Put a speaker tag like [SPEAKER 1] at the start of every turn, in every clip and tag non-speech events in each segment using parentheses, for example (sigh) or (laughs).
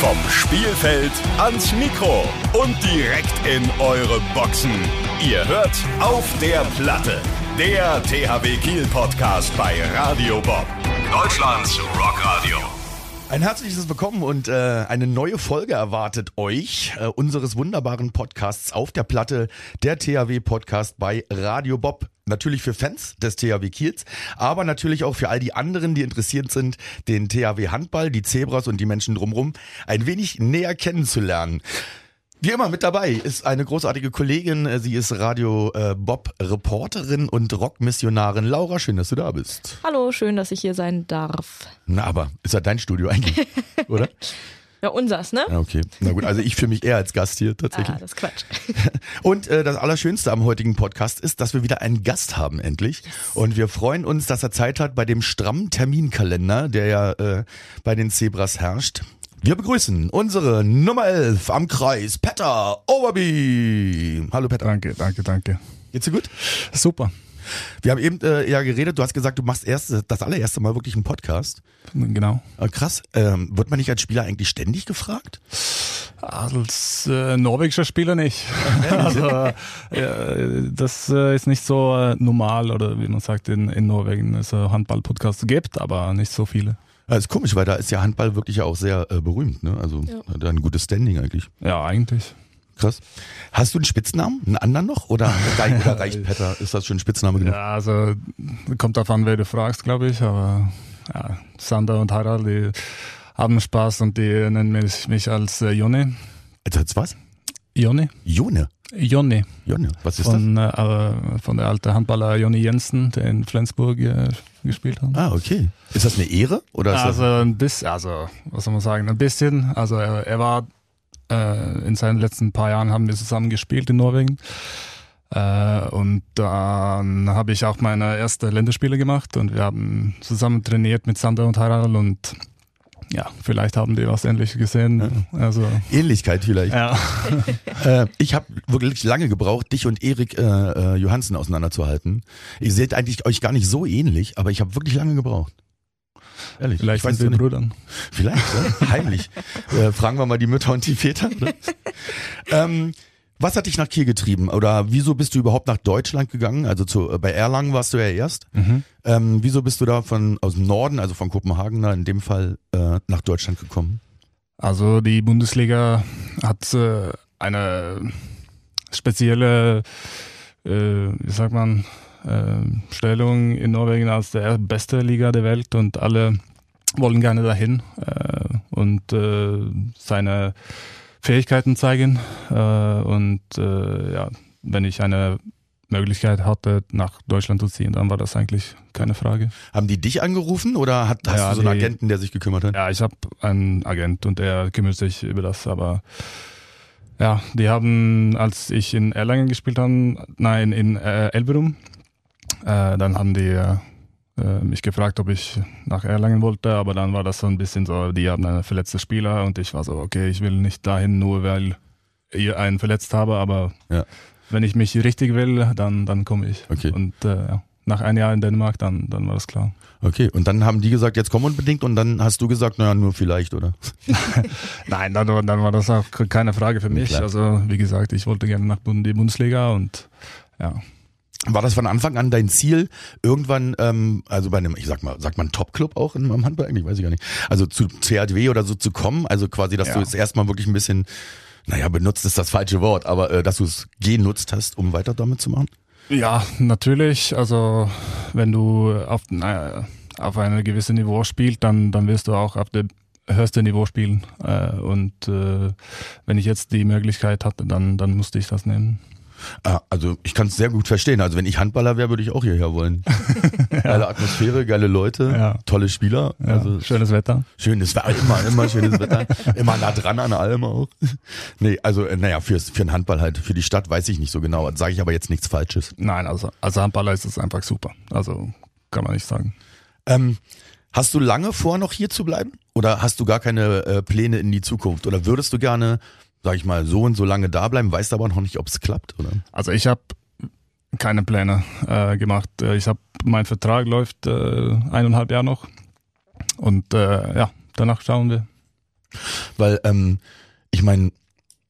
[SPEAKER 1] Vom Spielfeld ans Mikro und direkt in eure Boxen. Ihr hört auf der Platte. Der THW Kiel Podcast bei Radio Bob. Deutschlands Rockradio.
[SPEAKER 2] Ein herzliches Willkommen und äh, eine neue Folge erwartet euch äh, unseres wunderbaren Podcasts auf der Platte, der THW Podcast bei Radio Bob. Natürlich für Fans des THW Kiels, aber natürlich auch für all die anderen, die interessiert sind, den THW Handball, die Zebras und die Menschen drumherum ein wenig näher kennenzulernen. Wie immer mit dabei ist eine großartige Kollegin, äh, sie ist Radio äh, Bob Reporterin und Rockmissionarin Laura, schön, dass du da bist.
[SPEAKER 3] Hallo, schön, dass ich hier sein darf.
[SPEAKER 2] Na, aber ist ja dein Studio eigentlich, oder?
[SPEAKER 3] Ja, unsers, ne?
[SPEAKER 2] Ja, okay. Na gut, also ich fühle mich eher als Gast hier
[SPEAKER 3] Ah,
[SPEAKER 2] tatsächlich.
[SPEAKER 3] das ist Quatsch.
[SPEAKER 2] (laughs) Und äh, das Allerschönste am heutigen Podcast ist, dass wir wieder einen Gast haben, endlich. Und wir freuen uns, dass er Zeit hat bei dem strammen Terminkalender, der ja äh, bei den Zebras herrscht. Wir begrüßen unsere Nummer 11 am Kreis, Petter Overby. Hallo Petter,
[SPEAKER 4] Danke, danke, danke.
[SPEAKER 2] geht's dir gut?
[SPEAKER 4] Super.
[SPEAKER 2] Wir haben eben äh, ja geredet, du hast gesagt, du machst erst, das allererste Mal wirklich einen Podcast.
[SPEAKER 4] Genau.
[SPEAKER 2] Äh, krass, ähm, wird man nicht als Spieler eigentlich ständig gefragt?
[SPEAKER 4] Als äh, norwegischer Spieler (laughs) nicht. also, äh, das äh, ist nicht so äh, normal oder wie man sagt in, in Norwegen, es äh, Handball-Podcasts gibt, aber nicht so viele.
[SPEAKER 2] Ja, ist komisch, weil da ist ja Handball wirklich ja auch sehr äh, berühmt, ne? Also
[SPEAKER 3] Ja.
[SPEAKER 2] hat da ein gutes Standing eigentlich.
[SPEAKER 4] Ja, eigentlich.
[SPEAKER 2] Krass. Hast du einen Spitznamen? Einen anderen noch?
[SPEAKER 4] (laughs)
[SPEAKER 2] Oder, dein, oder reicht Petter? Ist das schon ein Spitzname genug?
[SPEAKER 4] Ja, also kommt darauf an, wer du fragst, glaube ich. Aber ja, Sander und Harald, die haben Spaß und die nennen mich, mich als äh, Jonne.
[SPEAKER 2] Also jetzt was?
[SPEAKER 4] Jonne?
[SPEAKER 2] Jone.
[SPEAKER 4] Jonne.
[SPEAKER 2] Jone. Was ist
[SPEAKER 4] Von, äh, äh, von der alten Handballer Jonny Jensen, der in Flensburg äh, gespielt hat.
[SPEAKER 2] das? Ah, okay. Ist das eine Ehre? Oder ist
[SPEAKER 4] Also ein bisschen, also was soll man sagen, ein bisschen. Also er, er war äh, in seinen letzten paar Jahren haben wir zusammen gespielt in Norwegen. Äh, und dann habe ich auch meine erste Länderspiele gemacht und wir haben zusammen trainiert mit Sander und Harald und ja, vielleicht haben die was ähnliches gesehen. Also
[SPEAKER 2] das Ähnlichkeit vielleicht?
[SPEAKER 4] ja.
[SPEAKER 2] Äh, ich habe wirklich lange gebraucht, dich und Erik äh, äh, Johansen auseinanderzuhalten. Ihr seht eigentlich euch gar nicht so ähnlich, aber ich habe wirklich lange gebraucht. Ehrlich.
[SPEAKER 4] Vielleicht
[SPEAKER 2] ich weiß
[SPEAKER 4] sind wir
[SPEAKER 2] nicht.
[SPEAKER 4] Brüdern.
[SPEAKER 2] Vielleicht, ne?
[SPEAKER 4] (laughs)
[SPEAKER 2] heimlich. äh, fragen wir mal die Mütter und die Väter. Ne? ähm, was hat dich nach Kiel getrieben? Oder wieso bist du überhaupt nach Deutschland gegangen? Also zu, äh, bei Erlangen warst du ja erst. Ähm, wieso bist du da von aus dem Norden, also von Kopenhagen, da in dem Fall äh, nach Deutschland gekommen?
[SPEAKER 4] Also die Bundesliga hat äh, eine spezielle, äh, wie sagt man, äh, Stellung in Norwegen als der beste Liga der Welt und alle wollen gerne dahin äh, und äh, seine Fähigkeiten zeigen. Äh, und äh, ja, wenn ich eine Möglichkeit hatte, nach Deutschland zu ziehen, dann war das eigentlich keine Frage.
[SPEAKER 2] Haben die dich angerufen oder hat, hast
[SPEAKER 4] Ja,
[SPEAKER 2] du so einen
[SPEAKER 4] die-
[SPEAKER 2] Agenten, der sich gekümmert hat?
[SPEAKER 4] Ja, ich habe einen Agent und der kümmert sich über das, aber ja, die haben, als ich in Erlangen gespielt habe, nein, in äh, Elverum, äh, dann haben die äh, äh, mich gefragt, ob ich nach Erlangen wollte, aber dann war das so ein bisschen so, die haben einen verletzten Spieler und ich war so, okay, ich will nicht dahin, nur weil ich einen verletzt habe, aber
[SPEAKER 2] Ja.
[SPEAKER 4] wenn ich mich richtig will, dann, dann komme ich.
[SPEAKER 2] Okay.
[SPEAKER 4] Und äh, ja, nach einem Jahr in Dänemark, dann, dann war das klar.
[SPEAKER 2] Okay, und dann haben die gesagt, jetzt komm unbedingt und dann hast du gesagt, naja, nur vielleicht, oder?
[SPEAKER 4] Nein, dann, war- dann war das auch keine Frage für mich.
[SPEAKER 2] Klar.
[SPEAKER 4] Also wie gesagt, ich wollte gerne nach Bund- die Bundesliga und ja.
[SPEAKER 2] War das von Anfang an dein Ziel, irgendwann, ähm, also bei einem, ich sag mal, sagt man Top-Club auch in meinem Handball eigentlich, weiß ich gar nicht, also zu CHW oder so zu kommen, also quasi, dass
[SPEAKER 4] Ja.
[SPEAKER 2] du jetzt erstmal wirklich ein bisschen, naja, benutzt ist das falsche Wort, aber äh, dass du es genutzt hast, um weiter damit zu machen?
[SPEAKER 4] Ja, natürlich. Also wenn du auf, na, auf einem gewissen Niveau spielst, dann, dann wirst du auch auf dem höchsten Niveau spielen. Äh, Und äh, wenn ich jetzt die Möglichkeit hatte, dann, dann musste ich das nehmen.
[SPEAKER 2] Ah, also ich kann es sehr gut verstehen, also wenn ich Handballer wäre, würde ich auch hierher
[SPEAKER 4] (laughs)
[SPEAKER 2] wollen. Geile Atmosphäre, geile Leute,
[SPEAKER 4] Ja.
[SPEAKER 2] tolle Spieler,
[SPEAKER 4] Ja,
[SPEAKER 2] also
[SPEAKER 4] schönes Wetter.
[SPEAKER 2] Schönes Wetter, immer, immer schönes Wetter. Immer nah dran an allem auch. Nee, also, äh, naja, fürs, für den Handball halt. Für die Stadt weiß ich nicht so genau. Sage ich aber jetzt nichts Falsches.
[SPEAKER 4] Nein, also als Handballer ist es einfach super. Also kann man nicht sagen.
[SPEAKER 2] Ähm, hast du lange vor, noch hier zu bleiben? Oder hast du gar keine äh, Pläne in die Zukunft? Oder würdest du gerne, sag ich mal, so und so lange da bleiben, weißt aber noch nicht, ob es klappt, oder?
[SPEAKER 4] Also ich habe keine Pläne äh, gemacht. Äh, Ich habe mein Vertrag läuft äh, eineinhalb Jahre noch und äh, ja, danach schauen wir.
[SPEAKER 2] weil ähm, ich meine,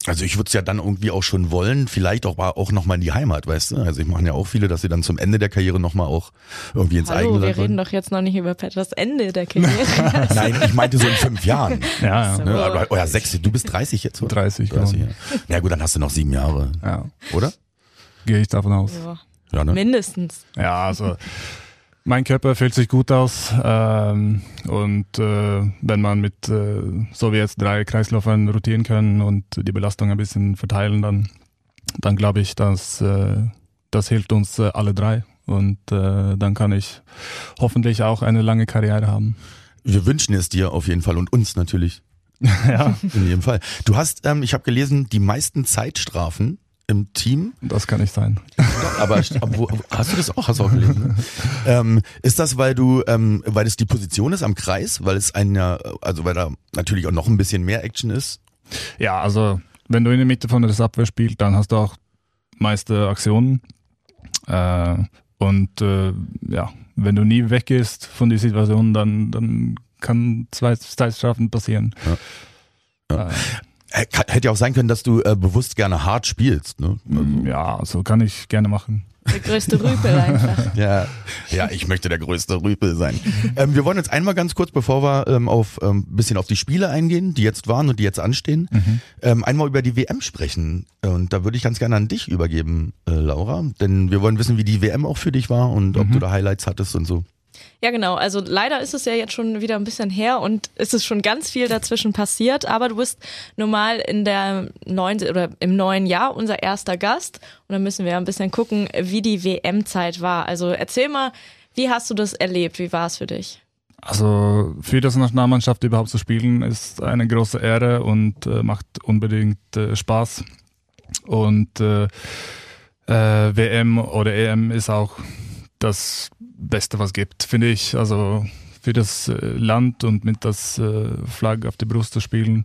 [SPEAKER 2] also ich würde es ja dann irgendwie auch schon wollen, vielleicht auch, mal- auch nochmal in die Heimat, weißt du? Also ich mache ja auch viele, dass sie dann zum Ende der Karriere nochmal auch irgendwie ins eigene
[SPEAKER 3] Hallo, wir
[SPEAKER 2] Land wollen.
[SPEAKER 3] reden doch jetzt noch nicht über Pat, das Ende
[SPEAKER 2] (laughs)
[SPEAKER 3] der Karriere.
[SPEAKER 2] Nein, ich meinte so in fünf Jahren.
[SPEAKER 4] Ja,
[SPEAKER 3] So.
[SPEAKER 4] ja.
[SPEAKER 2] Ne? Aber, oh ja, sechs, du bist 30 jetzt, oder?
[SPEAKER 4] 30, genau.
[SPEAKER 2] 30 ja. Na gut, dann hast du noch sieben Jahre,
[SPEAKER 4] ja.
[SPEAKER 2] oder?
[SPEAKER 4] Gehe ich davon aus.
[SPEAKER 3] Ja,
[SPEAKER 2] Ja, ne?
[SPEAKER 3] Also, mindestens.
[SPEAKER 4] Ja, also mein Körper fühlt sich gut aus. Ähm, und äh, wenn man mit, äh, so wie jetzt, drei Kreisläufern rotieren kann und die Belastung ein bisschen verteilen, dann, dann glaube ich, dass äh, das hilft uns äh, alle drei. Und äh, dann kann ich hoffentlich auch eine lange Karriere haben.
[SPEAKER 2] Wir wünschen es dir auf jeden Fall und uns natürlich.
[SPEAKER 4] (laughs) ja,
[SPEAKER 2] In jedem Fall. Du hast, ähm, ich habe gelesen, die meisten Zeitstrafen im Team,
[SPEAKER 4] das kann ich sein.
[SPEAKER 2] aber (laughs) wo, hast du das auch? Hast du auch gelesen?
[SPEAKER 4] (laughs)
[SPEAKER 2] Ne? Ähm, ist das, weil du, ähm, weil es die Position ist am Kreis, weil es ein ja, also weil da natürlich auch noch ein bisschen mehr Action ist?
[SPEAKER 4] Ja, also wenn du in der Mitte von der Abwehr spielst, dann hast du auch meiste Aktionen. Äh, und äh, ja, wenn du nie weggehst von der Situation, dann, dann kann zwei Zeitstrafen passieren. Ja. Äh,
[SPEAKER 2] Äh, kann- Hätte ja auch sein können, dass du äh, bewusst gerne hart spielst. Ne?
[SPEAKER 4] ja, also kann ich gerne machen.
[SPEAKER 3] Der größte Rüpel einfach.
[SPEAKER 2] Ja, ja, ich möchte der größte Rüpel sein. ähm, wir wollen jetzt einmal ganz kurz, bevor wir ähm, auf ähm, bisschen auf die Spiele eingehen, die jetzt waren und die jetzt anstehen,
[SPEAKER 3] Mhm.
[SPEAKER 2] ähm, einmal über die WM sprechen. Und da würde ich ganz gerne an dich übergeben, äh, Laura, denn wir wollen wissen, wie die WM auch für dich war und
[SPEAKER 3] Mhm.
[SPEAKER 2] ob du da Highlights hattest und so.
[SPEAKER 3] Ja, genau. Also leider ist es ja jetzt schon wieder ein bisschen her und es ist schon ganz viel dazwischen passiert. Aber du bist normal in der neuen oder im neuen Jahr unser erster Gast und dann müssen wir ein bisschen gucken, wie die WM-Zeit war. Also erzähl mal, wie hast du das erlebt? Wie war es für dich?
[SPEAKER 4] Also für das Nationalmannschaft überhaupt zu spielen, ist eine große Ehre und äh, macht unbedingt äh, Spaß. Und äh, äh, WM oder EM ist auch das Beste, was gibt, finde ich. Also für das äh, Land und mit das äh, Flagg auf die Brust zu spielen.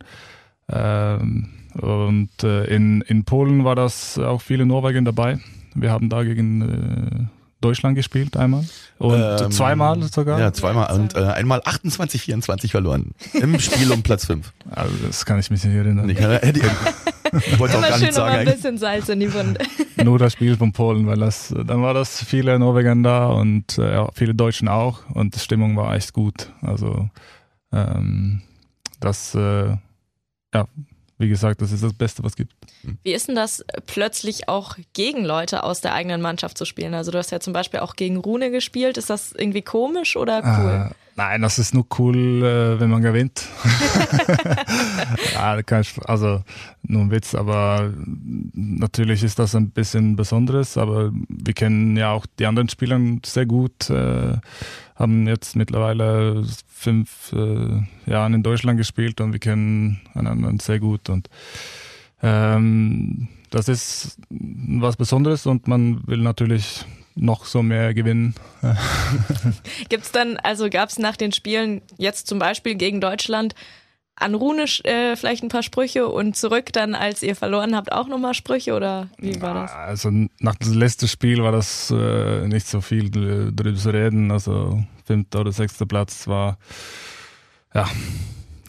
[SPEAKER 4] Ähm, und äh, in, in Polen war das auch viele Norwegen dabei. Wir haben da gegen äh, Deutschland gespielt einmal und
[SPEAKER 2] Ähm,
[SPEAKER 4] zweimal sogar.
[SPEAKER 2] Ja, zweimal und äh, einmal 28, 24 verloren. Im Spiel um Platz 5.
[SPEAKER 3] (laughs)
[SPEAKER 4] Also das kann ich mich nicht erinnern.
[SPEAKER 2] Ich hätte- ich wollte auch
[SPEAKER 3] Immer
[SPEAKER 2] gar
[SPEAKER 3] schön
[SPEAKER 2] nicht
[SPEAKER 3] nochmal ein
[SPEAKER 2] sagen.
[SPEAKER 3] bisschen Salz in die Wunde.
[SPEAKER 4] Nur das Spiel von Polen, weil das, dann war das viele Norweger da und äh, ja, viele Deutschen auch und die Stimmung war echt gut. Also ähm, das, äh, ja, wie gesagt, das ist das Beste, was gibt.
[SPEAKER 3] Wie ist denn das, äh, plötzlich auch gegen Leute aus der eigenen Mannschaft zu spielen? Also du hast ja zum Beispiel auch gegen Rune gespielt. Ist das irgendwie komisch oder cool?
[SPEAKER 4] Äh, nein, das ist nur cool, äh, wenn man gewinnt. ja, kein Sp- also nur ein Witz, aber natürlich ist das ein bisschen Besonderes, aber wir kennen ja auch die anderen Spieler sehr gut, äh, haben jetzt mittlerweile fünf äh, Jahre in Deutschland gespielt und wir kennen einander sehr gut und ähm, das ist was Besonderes und man will natürlich noch so mehr gewinnen.
[SPEAKER 3] Gibt's dann, also gab's nach den Spielen jetzt zum Beispiel gegen Deutschland an Rune sch- äh, vielleicht ein paar Sprüche und zurück dann, als ihr verloren habt, auch nochmal Sprüche oder wie war das?
[SPEAKER 4] Ah, Also nach dem letzten Spiel war das äh, nicht so viel dr- drüber zu reden. Also fünfter oder sechster Platz war ja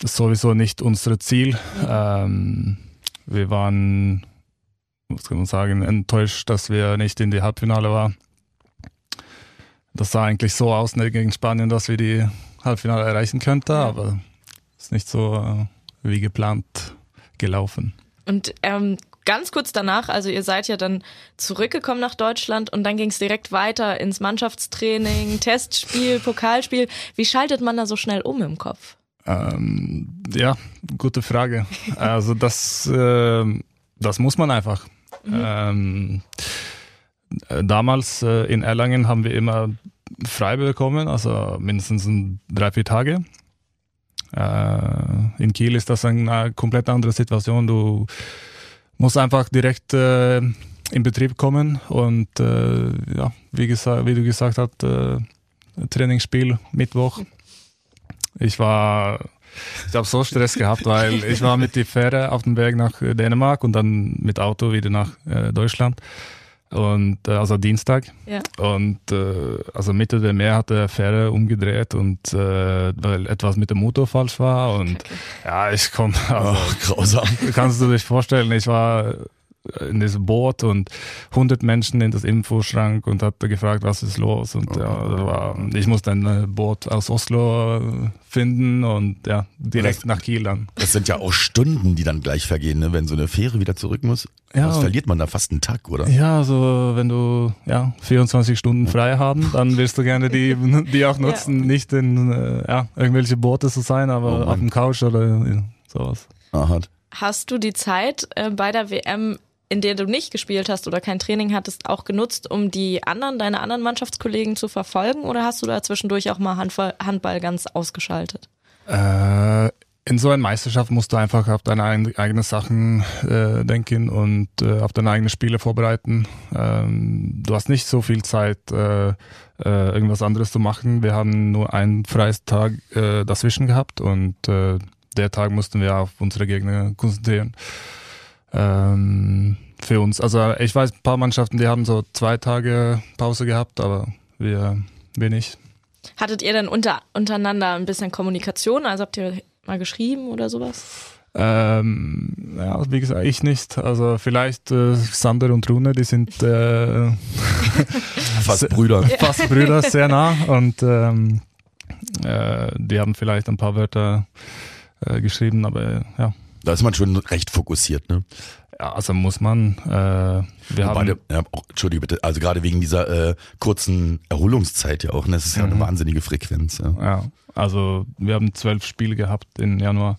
[SPEAKER 4] sowieso nicht unser Ziel. Ähm, wir waren, was kann man sagen, enttäuscht, dass wir nicht in die Halbfinale waren. Das sah eigentlich so aus ne, gegen Spanien, dass wir die Halbfinale erreichen könnten, aber ist nicht so äh, wie geplant gelaufen.
[SPEAKER 3] Und ähm, ganz kurz danach, also ihr seid ja dann zurückgekommen nach Deutschland und dann ging's direkt weiter ins Mannschaftstraining, Testspiel, Pokalspiel. Wie schaltet man da so schnell um im Kopf?
[SPEAKER 4] Ähm, ja, gute Frage. Also das, ähm, das muss man einfach. Ähm, äh, damals äh, in Erlangen haben wir immer frei bekommen, also mindestens ein- drei, vier Tage. Äh, in Kiel ist das eine komplett andere Situation. Du musst einfach direkt äh, in Betrieb kommen und äh, ja, wie, gesagt, wie du gesagt hast, äh, Trainingsspiel Mittwoch. Ich war, ich habe so Stress gehabt, weil ich war mit der Fähre auf dem Weg nach Dänemark und dann mit Auto wieder nach äh, Deutschland. Und äh, also Dienstag.
[SPEAKER 3] Ja.
[SPEAKER 4] Und äh, also Mitte der Meer hat der Fähre umgedreht und äh, weil etwas mit dem Motor falsch war. Und ja, ich komme. Also,
[SPEAKER 2] Ach, grausam.
[SPEAKER 4] kannst du dich vorstellen, ich war äh, in diesem Boot und 100 Menschen in das Infoschrank und hatte gefragt, was ist los und ja, das war, ich musste ein äh, Boot aus Oslo äh, finden und ja, direkt
[SPEAKER 2] Das-
[SPEAKER 4] nach Kiel dann.
[SPEAKER 2] Das sind ja auch Stunden, die dann gleich vergehen, ne? wenn so eine Fähre wieder zurück muss.
[SPEAKER 4] Ja,
[SPEAKER 2] Das
[SPEAKER 4] und-
[SPEAKER 2] verliert man da fast einen Tag, oder?
[SPEAKER 4] Ja, also wenn du ja 24 Stunden frei haben, dann willst du gerne (laughs) die, die auch nutzen, nicht in äh, ja, irgendwelche Boote zu sein,
[SPEAKER 2] Oh
[SPEAKER 4] aber
[SPEAKER 2] Mann.
[SPEAKER 4] auf dem Couch oder ja, sowas.
[SPEAKER 2] Aha.
[SPEAKER 3] Hast du die Zeit äh, bei der WM, in der du nicht gespielt hast oder kein Training hattest, auch genutzt, um die anderen, deine anderen Mannschaftskollegen zu verfolgen? Oder hast du da zwischendurch auch mal Handball, Handball ganz ausgeschaltet?
[SPEAKER 4] Äh, in so einer Meisterschaft musst du einfach auf deine ein- eigenen Sachen äh, denken und äh, auf deine eigenen Spiele vorbereiten. Ähm, du hast nicht so viel Zeit, äh, äh, irgendwas anderes zu machen. Wir haben nur einen freien Tag äh, dazwischen gehabt und äh, der Tag mussten wir auf unsere Gegner konzentrieren. Ähm, für uns. Also ich weiß, ein paar Mannschaften, die haben so zwei Tage Pause gehabt, aber wir, wir nicht.
[SPEAKER 3] Hattet ihr denn unter, untereinander ein bisschen Kommunikation? Also habt ihr mal geschrieben oder sowas?
[SPEAKER 4] Ähm, ja, wie gesagt, ich nicht. Also vielleicht äh, Sander und Rune, die sind äh,
[SPEAKER 2] Fast Brüder.
[SPEAKER 4] fast Brüder, sehr nah und ähm, äh, die haben vielleicht ein paar Wörter äh, geschrieben, aber ja.
[SPEAKER 2] Da ist man schon recht fokussiert, ne?
[SPEAKER 4] ja also muss man. Äh, wir haben,
[SPEAKER 2] Beide, ja, auch, Entschuldige bitte, also gerade wegen dieser äh, kurzen Erholungszeit ja auch, ne? Das ist ja
[SPEAKER 4] Mhm.
[SPEAKER 2] eine wahnsinnige Frequenz. Ja.
[SPEAKER 4] ja, also wir haben zwölf Spiele gehabt im Januar.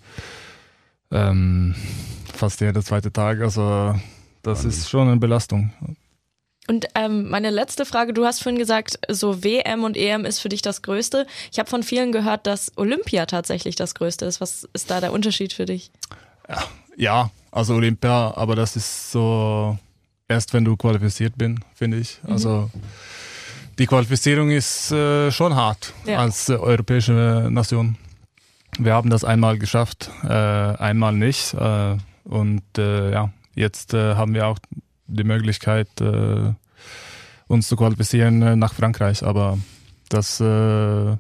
[SPEAKER 4] Ähm, fast jeder zweite Tag. Also das ist schon eine Belastung.
[SPEAKER 3] Und ähm, meine letzte Frage, du hast vorhin gesagt, so WM und EM ist für dich das Größte. Ich habe von vielen gehört, dass Olympia tatsächlich das Größte ist. Was ist da der Unterschied für dich?
[SPEAKER 4] Ja, also Olympia, aber das ist so erst, wenn du qualifiziert bin, finde ich. Also die Qualifizierung ist äh, schon hart
[SPEAKER 3] Ja.
[SPEAKER 4] als äh, europäische Nation. Wir haben das einmal geschafft, äh, einmal nicht. Äh, und äh, ja, jetzt äh, haben wir auch die Möglichkeit, äh, uns zu qualifizieren äh, nach Frankreich. Aber das äh,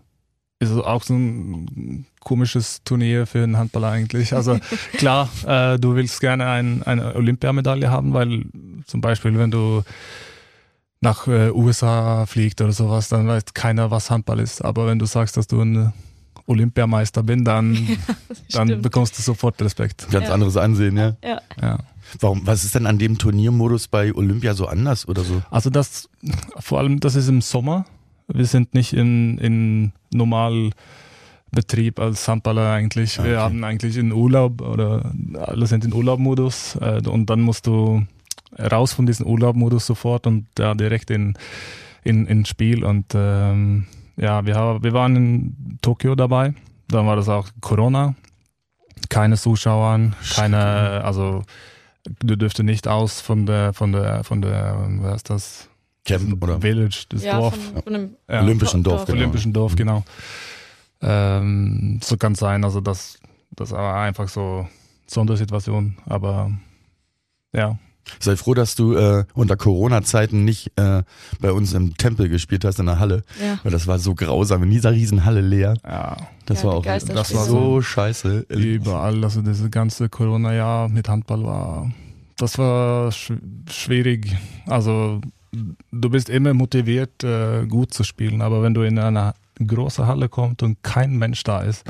[SPEAKER 4] ist auch so ein komisches Turnier für einen Handballer eigentlich. Also klar, äh, du willst gerne ein, eine Olympiamedaille haben, weil zum Beispiel, wenn du nach äh, USA fliegt oder sowas, dann weiß keiner, was Handball ist. Aber wenn du sagst, dass du ein Olympiameister bin, dann, dann
[SPEAKER 3] Stimmt.
[SPEAKER 4] bekommst du sofort Respekt.
[SPEAKER 2] Ganz
[SPEAKER 3] Ja.
[SPEAKER 2] anderes Ansehen, ja.
[SPEAKER 3] Ja.
[SPEAKER 4] Ja.
[SPEAKER 2] Warum, was ist denn an dem Turniermodus bei Olympia so anders oder so?
[SPEAKER 4] Also das, vor allem, das ist im Sommer. Wir sind nicht in, in normal Betrieb als Handballer eigentlich. Wir
[SPEAKER 2] Okay.
[SPEAKER 4] haben eigentlich in Urlaub oder alle sind in Urlaubmodus äh, und dann musst du raus von diesem Urlaubmodus sofort und da direkt in in ins Spiel und ähm, ja, wir, haben- wir waren in Tokio dabei. Dann war das auch Corona. Keine Zuschauer, keine, also du dürfte nicht aus von der, von der, von der, was ist das?
[SPEAKER 2] Camp oder
[SPEAKER 4] Village, das
[SPEAKER 3] Ja,
[SPEAKER 4] Dorf.
[SPEAKER 3] von, von einem
[SPEAKER 4] Ja,
[SPEAKER 2] Olympischen Dorf,
[SPEAKER 3] Dorf.
[SPEAKER 2] genau.
[SPEAKER 4] Olympischen Dorf, genau. Ähm, so kann es sein, also das, das war einfach so Sondersituation, aber ja.
[SPEAKER 2] Sei froh, dass du äh, unter Corona-Zeiten nicht äh, bei uns im Tempel gespielt hast in der Halle.
[SPEAKER 3] Ja.
[SPEAKER 2] Weil das war so grausam. In dieser Riesenhalle leer.
[SPEAKER 4] ja.
[SPEAKER 2] Das
[SPEAKER 3] Ja,
[SPEAKER 2] war
[SPEAKER 3] die
[SPEAKER 2] auch
[SPEAKER 3] Geisterspiele.
[SPEAKER 2] das war so scheiße. Äh,
[SPEAKER 4] Überall, also dieses ganze Corona-Jahr mit Handball war, das war sch schwierig. Also du bist immer motiviert, äh, gut zu spielen, aber wenn du in eine große Halle kommst und kein Mensch da ist,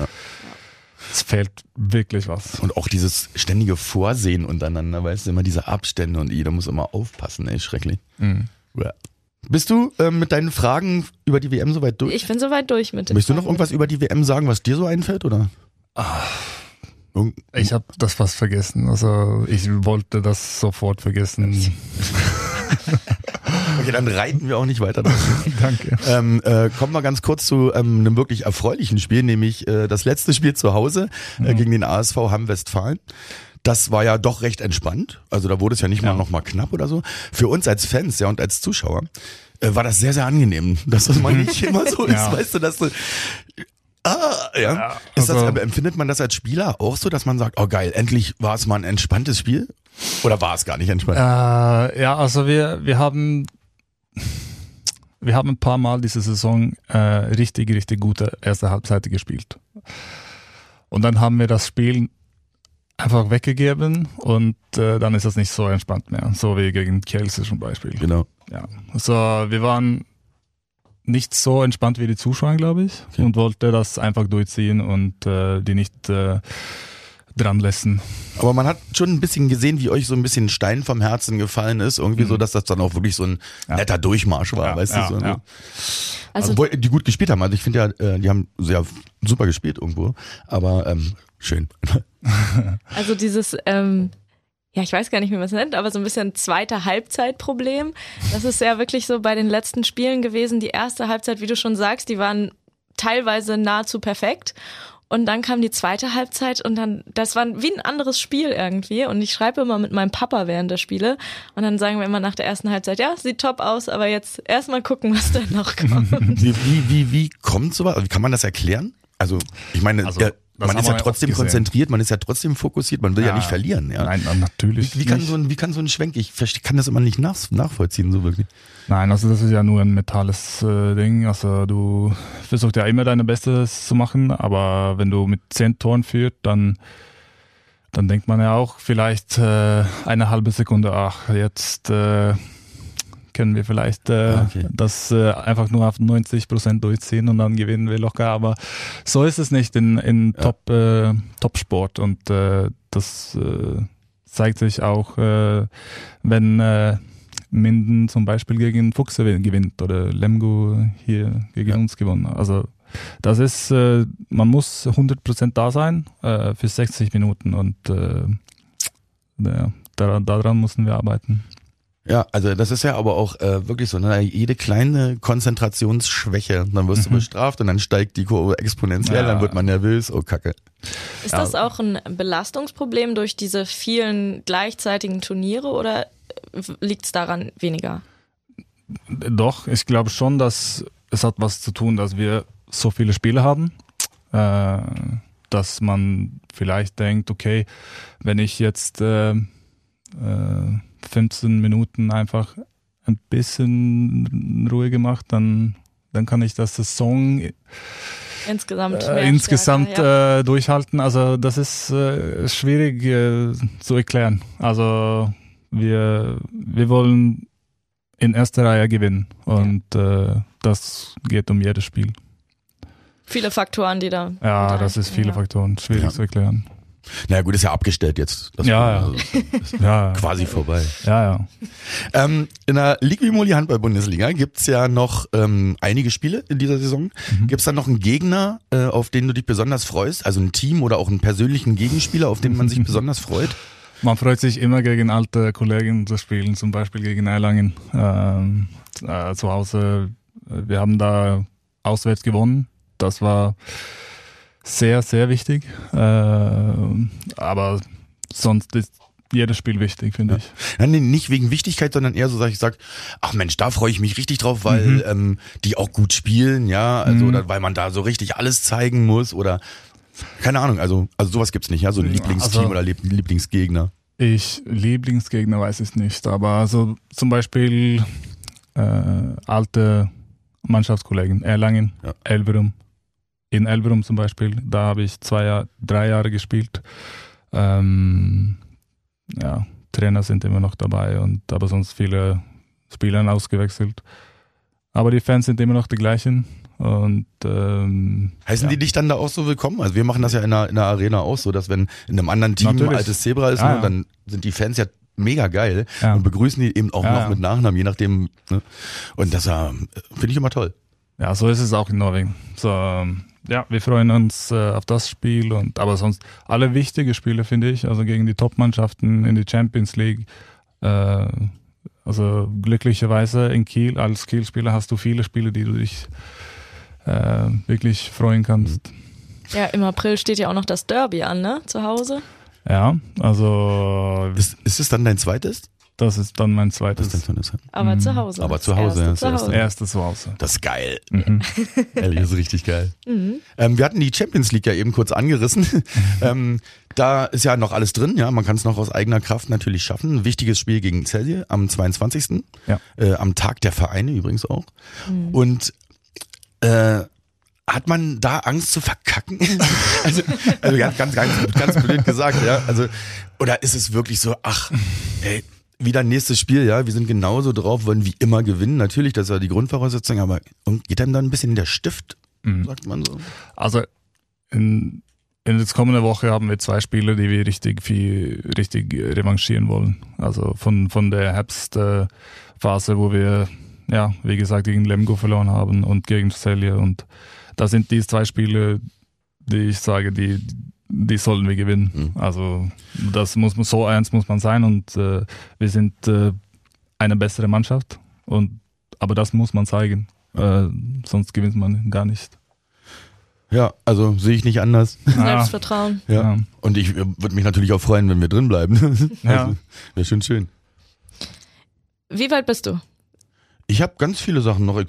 [SPEAKER 4] es fehlt wirklich was.
[SPEAKER 2] Und auch dieses ständige Vorsehen untereinander, weißt du, immer diese Abstände und jeder muss immer aufpassen, ey, schrecklich.
[SPEAKER 3] Mhm.
[SPEAKER 2] Ja. Bist du ähm, mit deinen Fragen über die WM soweit durch?
[SPEAKER 3] Ich bin soweit durch mit dem.
[SPEAKER 2] Möchtest du noch irgendwas über die WM sagen, was dir so einfällt, oder?
[SPEAKER 3] Ah.
[SPEAKER 2] Irgend-
[SPEAKER 4] Ich habe das fast vergessen. Also ich wollte das sofort vergessen.
[SPEAKER 2] Okay, (laughs) dann reiten wir auch nicht
[SPEAKER 3] (laughs)
[SPEAKER 2] weiter.
[SPEAKER 4] (laughs) Danke.
[SPEAKER 2] ähm, äh, kommen wir ganz kurz zu ähm, einem wirklich erfreulichen Spiel, nämlich äh, das letzte Spiel zu Hause äh,
[SPEAKER 4] Mhm.
[SPEAKER 2] gegen den ASV Hamm-Westfalen. Das war ja doch recht entspannt. Also da wurde es ja nicht mal noch mal knapp oder so. Für uns als Fans, ja, und als Zuschauer äh, war das sehr, sehr angenehm, dass das mal nicht immer
[SPEAKER 4] (laughs)
[SPEAKER 2] so
[SPEAKER 4] Ja.
[SPEAKER 2] ist, weißt du, dass du. Ah, ja.
[SPEAKER 4] Ja,
[SPEAKER 2] ist das,
[SPEAKER 4] also-
[SPEAKER 2] aber empfindet man das als Spieler auch so, dass man sagt, oh geil, endlich war es mal ein entspanntes Spiel? Oder war es gar nicht entspannt?
[SPEAKER 4] Äh, ja, also wir, wir haben wir haben ein paar Mal diese Saison äh, richtig, richtig gute erste Halbzeit gespielt. Und dann haben wir das Spiel einfach weggegeben und äh, dann ist das nicht so entspannt mehr. So wie gegen Chelsea zum Beispiel.
[SPEAKER 2] Genau.
[SPEAKER 4] Ja. Also wir waren nicht so entspannt wie die Zuschauer, glaube ich,
[SPEAKER 2] Okay.
[SPEAKER 4] und wollte das einfach durchziehen und äh, die nicht äh, dran lassen.
[SPEAKER 2] Aber man hat schon ein bisschen gesehen, wie euch so ein bisschen ein Stein vom Herzen gefallen ist. Irgendwie so, dass das dann auch wirklich so ein
[SPEAKER 4] Mhm. Ja.
[SPEAKER 2] netter Durchmarsch war,
[SPEAKER 4] Ja,
[SPEAKER 2] weißt
[SPEAKER 4] ja,
[SPEAKER 2] du? So,
[SPEAKER 4] ja.
[SPEAKER 2] also,
[SPEAKER 3] Also
[SPEAKER 2] obwohl die gut gespielt haben. Also ich finde ja, äh, die haben sehr super gespielt irgendwo. Aber ähm, schön.
[SPEAKER 3] Also dieses, ähm, ja, ich weiß gar nicht, wie man es nennt, aber so ein bisschen zweite Halbzeitproblem. Das ist ja wirklich so bei den letzten Spielen gewesen. Die erste Halbzeit, wie du schon sagst, die waren teilweise nahezu perfekt. Und dann kam die zweite Halbzeit und dann, das war wie ein anderes Spiel irgendwie. Und ich schreibe immer mit meinem Papa während der Spiele. Und dann sagen wir immer nach der ersten Halbzeit, ja, sieht top aus, aber jetzt erstmal gucken, was da noch (laughs) kommt.
[SPEAKER 2] Wie, wie, wie, wie kommt sowas? Wie kann man das erklären? Also, ich meine,
[SPEAKER 4] Also,
[SPEAKER 2] der,
[SPEAKER 4] das
[SPEAKER 2] man
[SPEAKER 4] haben
[SPEAKER 2] ist ja
[SPEAKER 4] wir oft
[SPEAKER 2] trotzdem
[SPEAKER 4] gesehen.
[SPEAKER 2] konzentriert, man ist ja trotzdem fokussiert, man will ja,
[SPEAKER 4] Ja.
[SPEAKER 2] nicht verlieren, ja.
[SPEAKER 4] Ah. Nein, na- natürlich.
[SPEAKER 2] Wie, wie, kann
[SPEAKER 4] nicht.
[SPEAKER 2] so ein, wie kann so ein Schwenk, ich verste- kann das immer nicht nach, nachvollziehen, so wirklich.
[SPEAKER 4] Nein, also das ist ja nur ein mentales äh, Ding. Also du versuchst ja immer deine Bestes zu machen, aber wenn du mit zehn Toren führst, dann, dann denkt man ja auch vielleicht äh, eine halbe Sekunde, ach, jetzt äh, können wir vielleicht äh,
[SPEAKER 2] Ah, okay.
[SPEAKER 4] das äh, einfach nur auf 90 Prozent durchziehen und dann gewinnen wir locker. Aber so ist es nicht in, in
[SPEAKER 2] Ja.
[SPEAKER 4] Top, äh, Top-Sport und äh, das äh, zeigt sich auch, äh, wenn äh, Minden zum Beispiel gegen Fuchse gewinnt oder Lemgo hier gegen uns gewonnen. Also das ist, äh, man muss 100% da sein äh, für 60 Minuten und äh, ja, daran, daran müssen wir arbeiten.
[SPEAKER 2] Ja, also das ist ja aber auch äh, wirklich so, ne? jede kleine Konzentrationsschwäche, dann wirst du bestraft und dann steigt die Kurve exponentiell,
[SPEAKER 4] Mhm. Ja.
[SPEAKER 2] dann wird man nervös, oh Kacke.
[SPEAKER 3] Ist das auch ein Belastungsproblem durch diese vielen gleichzeitigen Turniere oder liegt es daran weniger?
[SPEAKER 4] Doch, ich glaube schon, dass es hat was zu tun, dass wir so viele Spiele haben, äh, dass man vielleicht denkt, okay, wenn ich jetzt äh, äh, 15 Minuten einfach ein bisschen Ruhe gemacht, dann dann kann ich das Saison äh,
[SPEAKER 3] Insgesamt. mehr
[SPEAKER 4] insgesamt
[SPEAKER 3] stärker, ja.
[SPEAKER 4] äh, durchhalten. Also das ist äh, schwierig äh, zu erklären. Also wir, wir wollen in erster Reihe gewinnen und äh, das geht um jedes Spiel.
[SPEAKER 3] Viele Faktoren, die da.
[SPEAKER 4] Ja,
[SPEAKER 3] mit
[SPEAKER 4] das ist viele
[SPEAKER 3] einfließen,
[SPEAKER 4] Faktoren, schwierig
[SPEAKER 2] Ja.
[SPEAKER 3] (laughs)
[SPEAKER 4] zu erklären.
[SPEAKER 2] Naja gut, ist ja abgestellt jetzt. Das
[SPEAKER 4] Ja,
[SPEAKER 2] war-
[SPEAKER 4] ja.
[SPEAKER 2] also, ist
[SPEAKER 4] Ja,
[SPEAKER 2] quasi vorbei.
[SPEAKER 4] ja, ja.
[SPEAKER 2] Ähm, in der Liquimoli Handball-Bundesliga gibt's ja noch ähm, einige Spiele in dieser Saison.
[SPEAKER 4] Mhm.
[SPEAKER 2] Gibt's da noch einen Gegner, äh, auf den du dich besonders freust? Also ein Team oder auch einen persönlichen Gegenspieler, auf den man
[SPEAKER 4] (laughs)
[SPEAKER 2] sich besonders freut?
[SPEAKER 4] Man freut sich immer gegen alte Kollegen zu spielen, zum Beispiel gegen Erlangen ähm, äh, zu Hause. äh, Wir haben da auswärts gewonnen. Das war sehr, sehr wichtig. Äh, aber sonst ist jedes Spiel wichtig, finde ich.
[SPEAKER 2] Ja, nee, nicht wegen Wichtigkeit, sondern eher so, dass ich sag, ach Mensch, da freue ich mich richtig drauf, weil
[SPEAKER 4] Mhm.
[SPEAKER 2] ähm, die auch gut spielen, ja, also oder weil man da so richtig alles zeigen muss oder keine Ahnung, also, also sowas gibt's nicht, ja, so ein Lieblingsteam
[SPEAKER 4] also-
[SPEAKER 2] oder Lieb- Lieblingsgegner.
[SPEAKER 4] Ich, Lieblingsgegner weiß ich nicht, aber also zum Beispiel äh, alte Mannschaftskollegen, Erlangen,
[SPEAKER 2] Ja.
[SPEAKER 4] Elverum. In Elverum zum Beispiel, da habe ich zwei, Jahr- drei Jahre gespielt. Ähm, ja, Trainer sind immer noch dabei und aber sonst viele Spieler ausgewechselt. Aber die Fans sind immer noch die gleichen und ähm,
[SPEAKER 2] Heißen
[SPEAKER 4] ja.
[SPEAKER 2] die dich dann da auch so willkommen? Also wir machen das ja in der, in der Arena auch so, dass wenn in einem anderen Team ein
[SPEAKER 4] Natürlich.
[SPEAKER 2] altes Zebra ist,
[SPEAKER 4] Ja,
[SPEAKER 2] ne,
[SPEAKER 4] ja.
[SPEAKER 2] dann sind die Fans ja mega geil
[SPEAKER 4] Ja.
[SPEAKER 2] und begrüßen die eben auch
[SPEAKER 4] Ja,
[SPEAKER 2] noch
[SPEAKER 4] ja.
[SPEAKER 2] mit Nachnamen, je nachdem. Ne? Und das äh, finde ich immer toll.
[SPEAKER 4] Ja, so ist es auch in Norwegen. So, ähm, ja, wir freuen uns äh, auf das Spiel und aber sonst alle wichtigen Spiele finde ich, also gegen die Top-Mannschaften in die Champions League. Äh, also glücklicherweise in Kiel als Kiel-Spieler hast du viele Spiele, die du dich äh, wirklich freuen kannst.
[SPEAKER 3] Ja, im April steht ja auch noch das Derby an, ne? Zu Hause.
[SPEAKER 4] Ja, also
[SPEAKER 2] Ist, ist es dann dein zweites?
[SPEAKER 4] Das ist dann mein
[SPEAKER 5] Was denn
[SPEAKER 4] zweites.
[SPEAKER 5] für eine Zeit?
[SPEAKER 4] Mhm.
[SPEAKER 3] Aber zu Hause.
[SPEAKER 5] Aber
[SPEAKER 3] Das
[SPEAKER 5] zu Hause,
[SPEAKER 3] erste
[SPEAKER 5] ja, das
[SPEAKER 3] zu
[SPEAKER 5] erste.
[SPEAKER 3] Hause.
[SPEAKER 4] Erstes zu Hause.
[SPEAKER 5] Das ist geil.
[SPEAKER 2] Mhm. Ehrlich, das ist richtig geil. Ähm, wir hatten die Champions League ja eben kurz (laughs) angerissen. ähm, da ist ja noch alles drin, ja. Man kann es noch aus eigener Kraft natürlich schaffen. Ein wichtiges Spiel gegen Celsius am 22.
[SPEAKER 4] Ja.
[SPEAKER 2] Äh, am Tag der Vereine übrigens auch. Und äh, hat man da Angst zu (laughs) verkacken? also, also ganz, ganz, ganz, ganz blöd gesagt, ja. Also, oder ist es wirklich so, ach, ey, wieder nächstes Spiel, ja, wir sind genauso drauf, wollen wie immer gewinnen. Natürlich, das war die Grundvoraussetzung, aber geht einem dann ein bisschen der Stift,
[SPEAKER 4] Mhm.
[SPEAKER 2] sagt man so.
[SPEAKER 4] Also in, in der kommenden Woche haben wir zwei Spiele, die wir richtig viel richtig revanchieren wollen. Also von, von der Herbstphase, wo wir, ja, wie gesagt, gegen Lemgo verloren haben und gegen Celje. Und das sind die zwei Spiele, die ich sage, die, die sollen wir gewinnen. Also das muss man, so ernst muss man sein und äh, wir sind äh, eine bessere Mannschaft. Und aber das muss man zeigen. Äh, sonst gewinnt man gar nicht.
[SPEAKER 2] Ja, also sehe ich nicht anders.
[SPEAKER 3] Selbstvertrauen.
[SPEAKER 2] Ja.
[SPEAKER 4] Ja.
[SPEAKER 2] Und ich äh, würde mich natürlich auch freuen, wenn wir drin bleiben. (laughs)
[SPEAKER 4] Ja.
[SPEAKER 2] Also, Wäre schon schön.
[SPEAKER 3] Wie weit bist du?
[SPEAKER 2] Ich habe ganz viele Sachen noch. Ich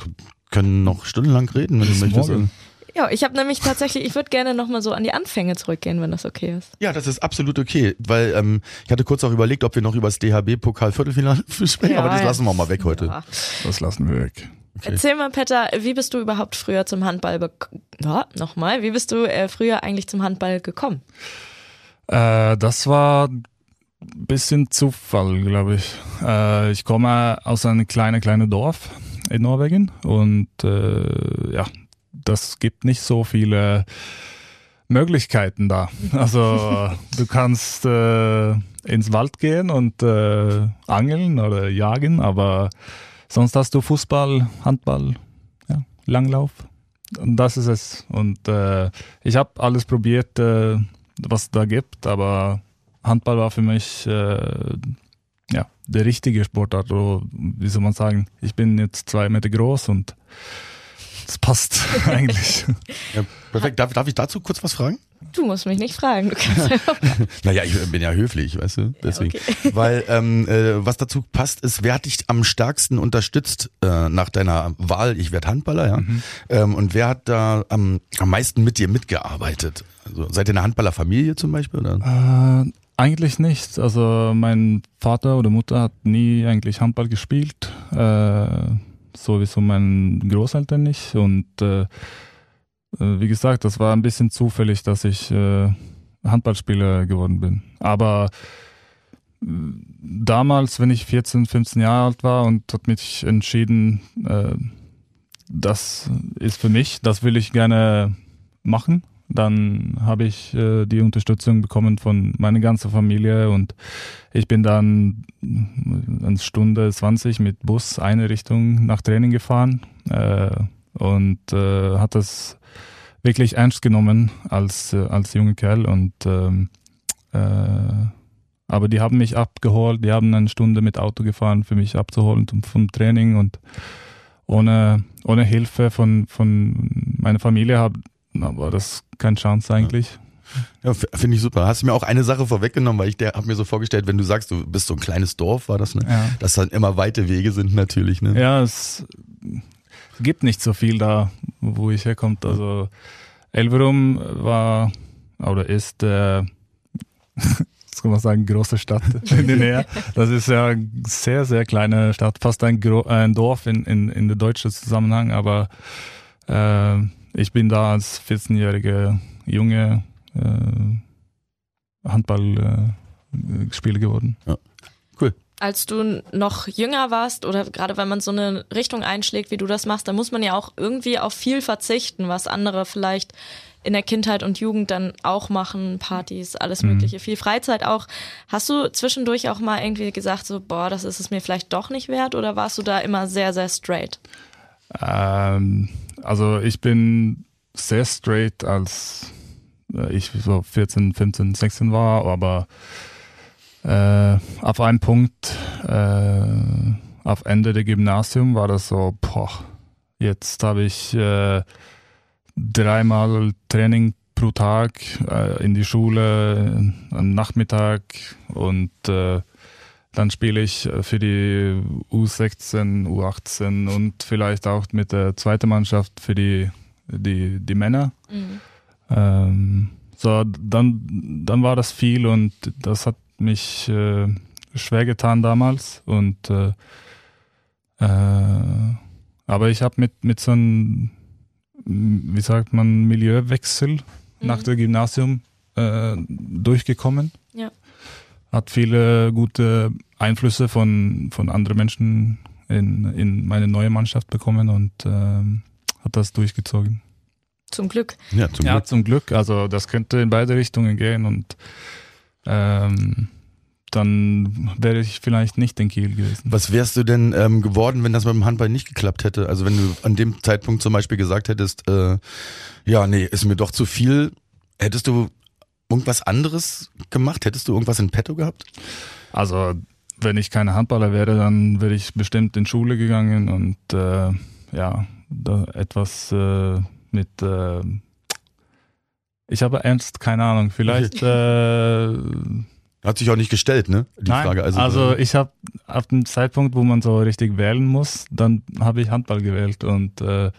[SPEAKER 2] kann noch stundenlang reden, wenn du möchtest.
[SPEAKER 4] morgen.
[SPEAKER 3] Ja, ich habe nämlich tatsächlich, ich würde gerne nochmal so an die Anfänge zurückgehen, wenn das okay ist.
[SPEAKER 2] Ja, das ist absolut okay, weil ähm, ich hatte kurz auch überlegt, ob wir noch über das DHB-Pokal-Viertelfinale (laughs) sprechen,
[SPEAKER 3] Ja,
[SPEAKER 2] aber das
[SPEAKER 3] ja.
[SPEAKER 2] lassen wir mal weg heute.
[SPEAKER 3] Ja.
[SPEAKER 4] Das lassen wir weg.
[SPEAKER 3] Erzähl mal, Petter, wie bist du überhaupt früher zum Handball bek- ja, nochmal, wie bist du äh, früher eigentlich zum Handball gekommen?
[SPEAKER 4] Äh, das war ein bisschen Zufall, glaube ich. Äh, ich komme aus einem kleinen, kleinen Dorf in Norwegen und äh, ja, das gibt nicht so viele Möglichkeiten da. Also du kannst äh, ins Wald gehen und äh, angeln oder jagen, aber sonst hast du Fußball, Handball, ja, Langlauf. Und das ist es. Und äh, ich habe alles probiert, äh, was es da gibt, aber Handball war für mich äh, ja, der richtige Sportart. Oder wie soll man sagen, ich bin jetzt zwei Meter groß und es passt (laughs) eigentlich.
[SPEAKER 2] Ja, perfekt. Darf, darf ich dazu kurz was fragen?
[SPEAKER 3] Du musst mich nicht fragen, du kannst einfach
[SPEAKER 2] Naja, ich bin ja höflich, weißt du, deswegen. (laughs) Weil ähm, äh, was dazu passt, ist, wer hat dich am stärksten unterstützt äh, nach deiner Wahl, ich werde Handballer, ja? Ähm, und wer hat da am, am meisten mit dir mitgearbeitet? Also, seid ihr eine Handballerfamilie zum Beispiel? Oder?
[SPEAKER 4] Äh, eigentlich nicht. Also mein Vater oder Mutter hat nie eigentlich Handball gespielt. Äh, sowieso meine Großeltern nicht. Und äh, äh, wie gesagt, das war ein bisschen zufällig, dass ich äh, Handballspieler geworden bin. Aber äh, damals, wenn ich 14, 15 Jahre alt war und hat mich entschieden, äh, das ist für mich, das will ich gerne machen. Dann habe ich äh, die Unterstützung bekommen von meiner ganzen Familie und ich bin dann äh, eine Stunde 20 mit Bus eine Richtung nach Training gefahren äh, und äh, hat das wirklich ernst genommen als, äh, als junger Kerl und ähm, äh, aber die haben mich abgeholt, die haben eine Stunde mit Auto gefahren, für mich abzuholen zum- vom Training und ohne, ohne Hilfe von, von meiner Familie habe na, war das keine Chance eigentlich.
[SPEAKER 2] Ja, f- finde ich super. Hast du mir auch eine Sache vorweggenommen, weil ich der habe mir so vorgestellt, wenn du sagst, du bist so ein kleines Dorf, war das, ne?
[SPEAKER 4] Ja,
[SPEAKER 2] Dass dann immer weite Wege sind natürlich, ne?
[SPEAKER 4] ja es gibt nicht so viel da, wo ich herkomme. Also Elverum war oder ist, äh, (laughs) was kann man sagen, große Stadt in der Nähe. Das ist ja eine sehr, sehr kleine Stadt, fast ein, Gro äh, ein Dorf in, in, in der deutschen Zusammenhang, aber äh, ich bin da als 14-jähriger Junge äh, Handballspieler äh, Spieler geworden.
[SPEAKER 3] als du noch jünger warst oder gerade wenn man so eine Richtung einschlägt, wie du das machst, dann muss man ja auch irgendwie auf viel verzichten, was andere vielleicht in der Kindheit und Jugend dann auch machen, Partys, alles Mögliche, viel Freizeit auch. Hast du zwischendurch auch mal irgendwie gesagt, so, boah, das ist es mir vielleicht doch nicht wert oder warst du da immer sehr, sehr straight?
[SPEAKER 4] Ähm, also ich bin sehr straight, als äh, ich so 14, 15, 16 war, aber äh, auf einen Punkt, äh, auf Ende der Gymnasium war das so, boah, jetzt habe ich äh, dreimal Training pro Tag äh, in die Schule, am Nachmittag und äh, Dann spiele ich äh, für die U16, U18 und vielleicht auch mit der zweiten Mannschaft für die, die, die Männer. Ähm, so, dann, dann war das viel und das hat mich äh, schwer getan damals. Und äh, äh, aber ich habe mit, mit so einem, wie sagt man, Milieuwechsel nach dem Gymnasium äh, durchgekommen.
[SPEAKER 3] Ja.
[SPEAKER 4] Hat viele gute Einflüsse von, von anderen Menschen in, in meine neue Mannschaft bekommen und ähm, hat das durchgezogen.
[SPEAKER 3] Zum Glück.
[SPEAKER 2] Ja, zum
[SPEAKER 4] ja,
[SPEAKER 2] Glück.
[SPEAKER 4] zum Glück. Also das könnte in beide Richtungen gehen und ähm, dann wäre ich vielleicht nicht in Kiel gewesen.
[SPEAKER 2] Was wärst du denn ähm, geworden, wenn das mit dem Handball nicht geklappt hätte? Also wenn du an dem Zeitpunkt zum Beispiel gesagt hättest, äh, ja, nee, ist mir doch zu viel, hättest du irgendwas anderes gemacht? Hättest du irgendwas in petto gehabt?
[SPEAKER 4] Also wenn ich keine Handballer wäre, dann wäre ich bestimmt in Schule gegangen und äh, ja, da etwas äh, mit äh, ich habe ernst, keine
[SPEAKER 2] (laughs)
[SPEAKER 4] Ahnung, vielleicht äh,
[SPEAKER 2] Hat sich auch nicht gestellt, ne? Die
[SPEAKER 4] Nein,
[SPEAKER 2] Frage.
[SPEAKER 4] also,
[SPEAKER 2] Also,
[SPEAKER 4] ich habe ab dem Zeitpunkt, wo man so richtig wählen muss, dann habe ich Handball gewählt und äh, äh,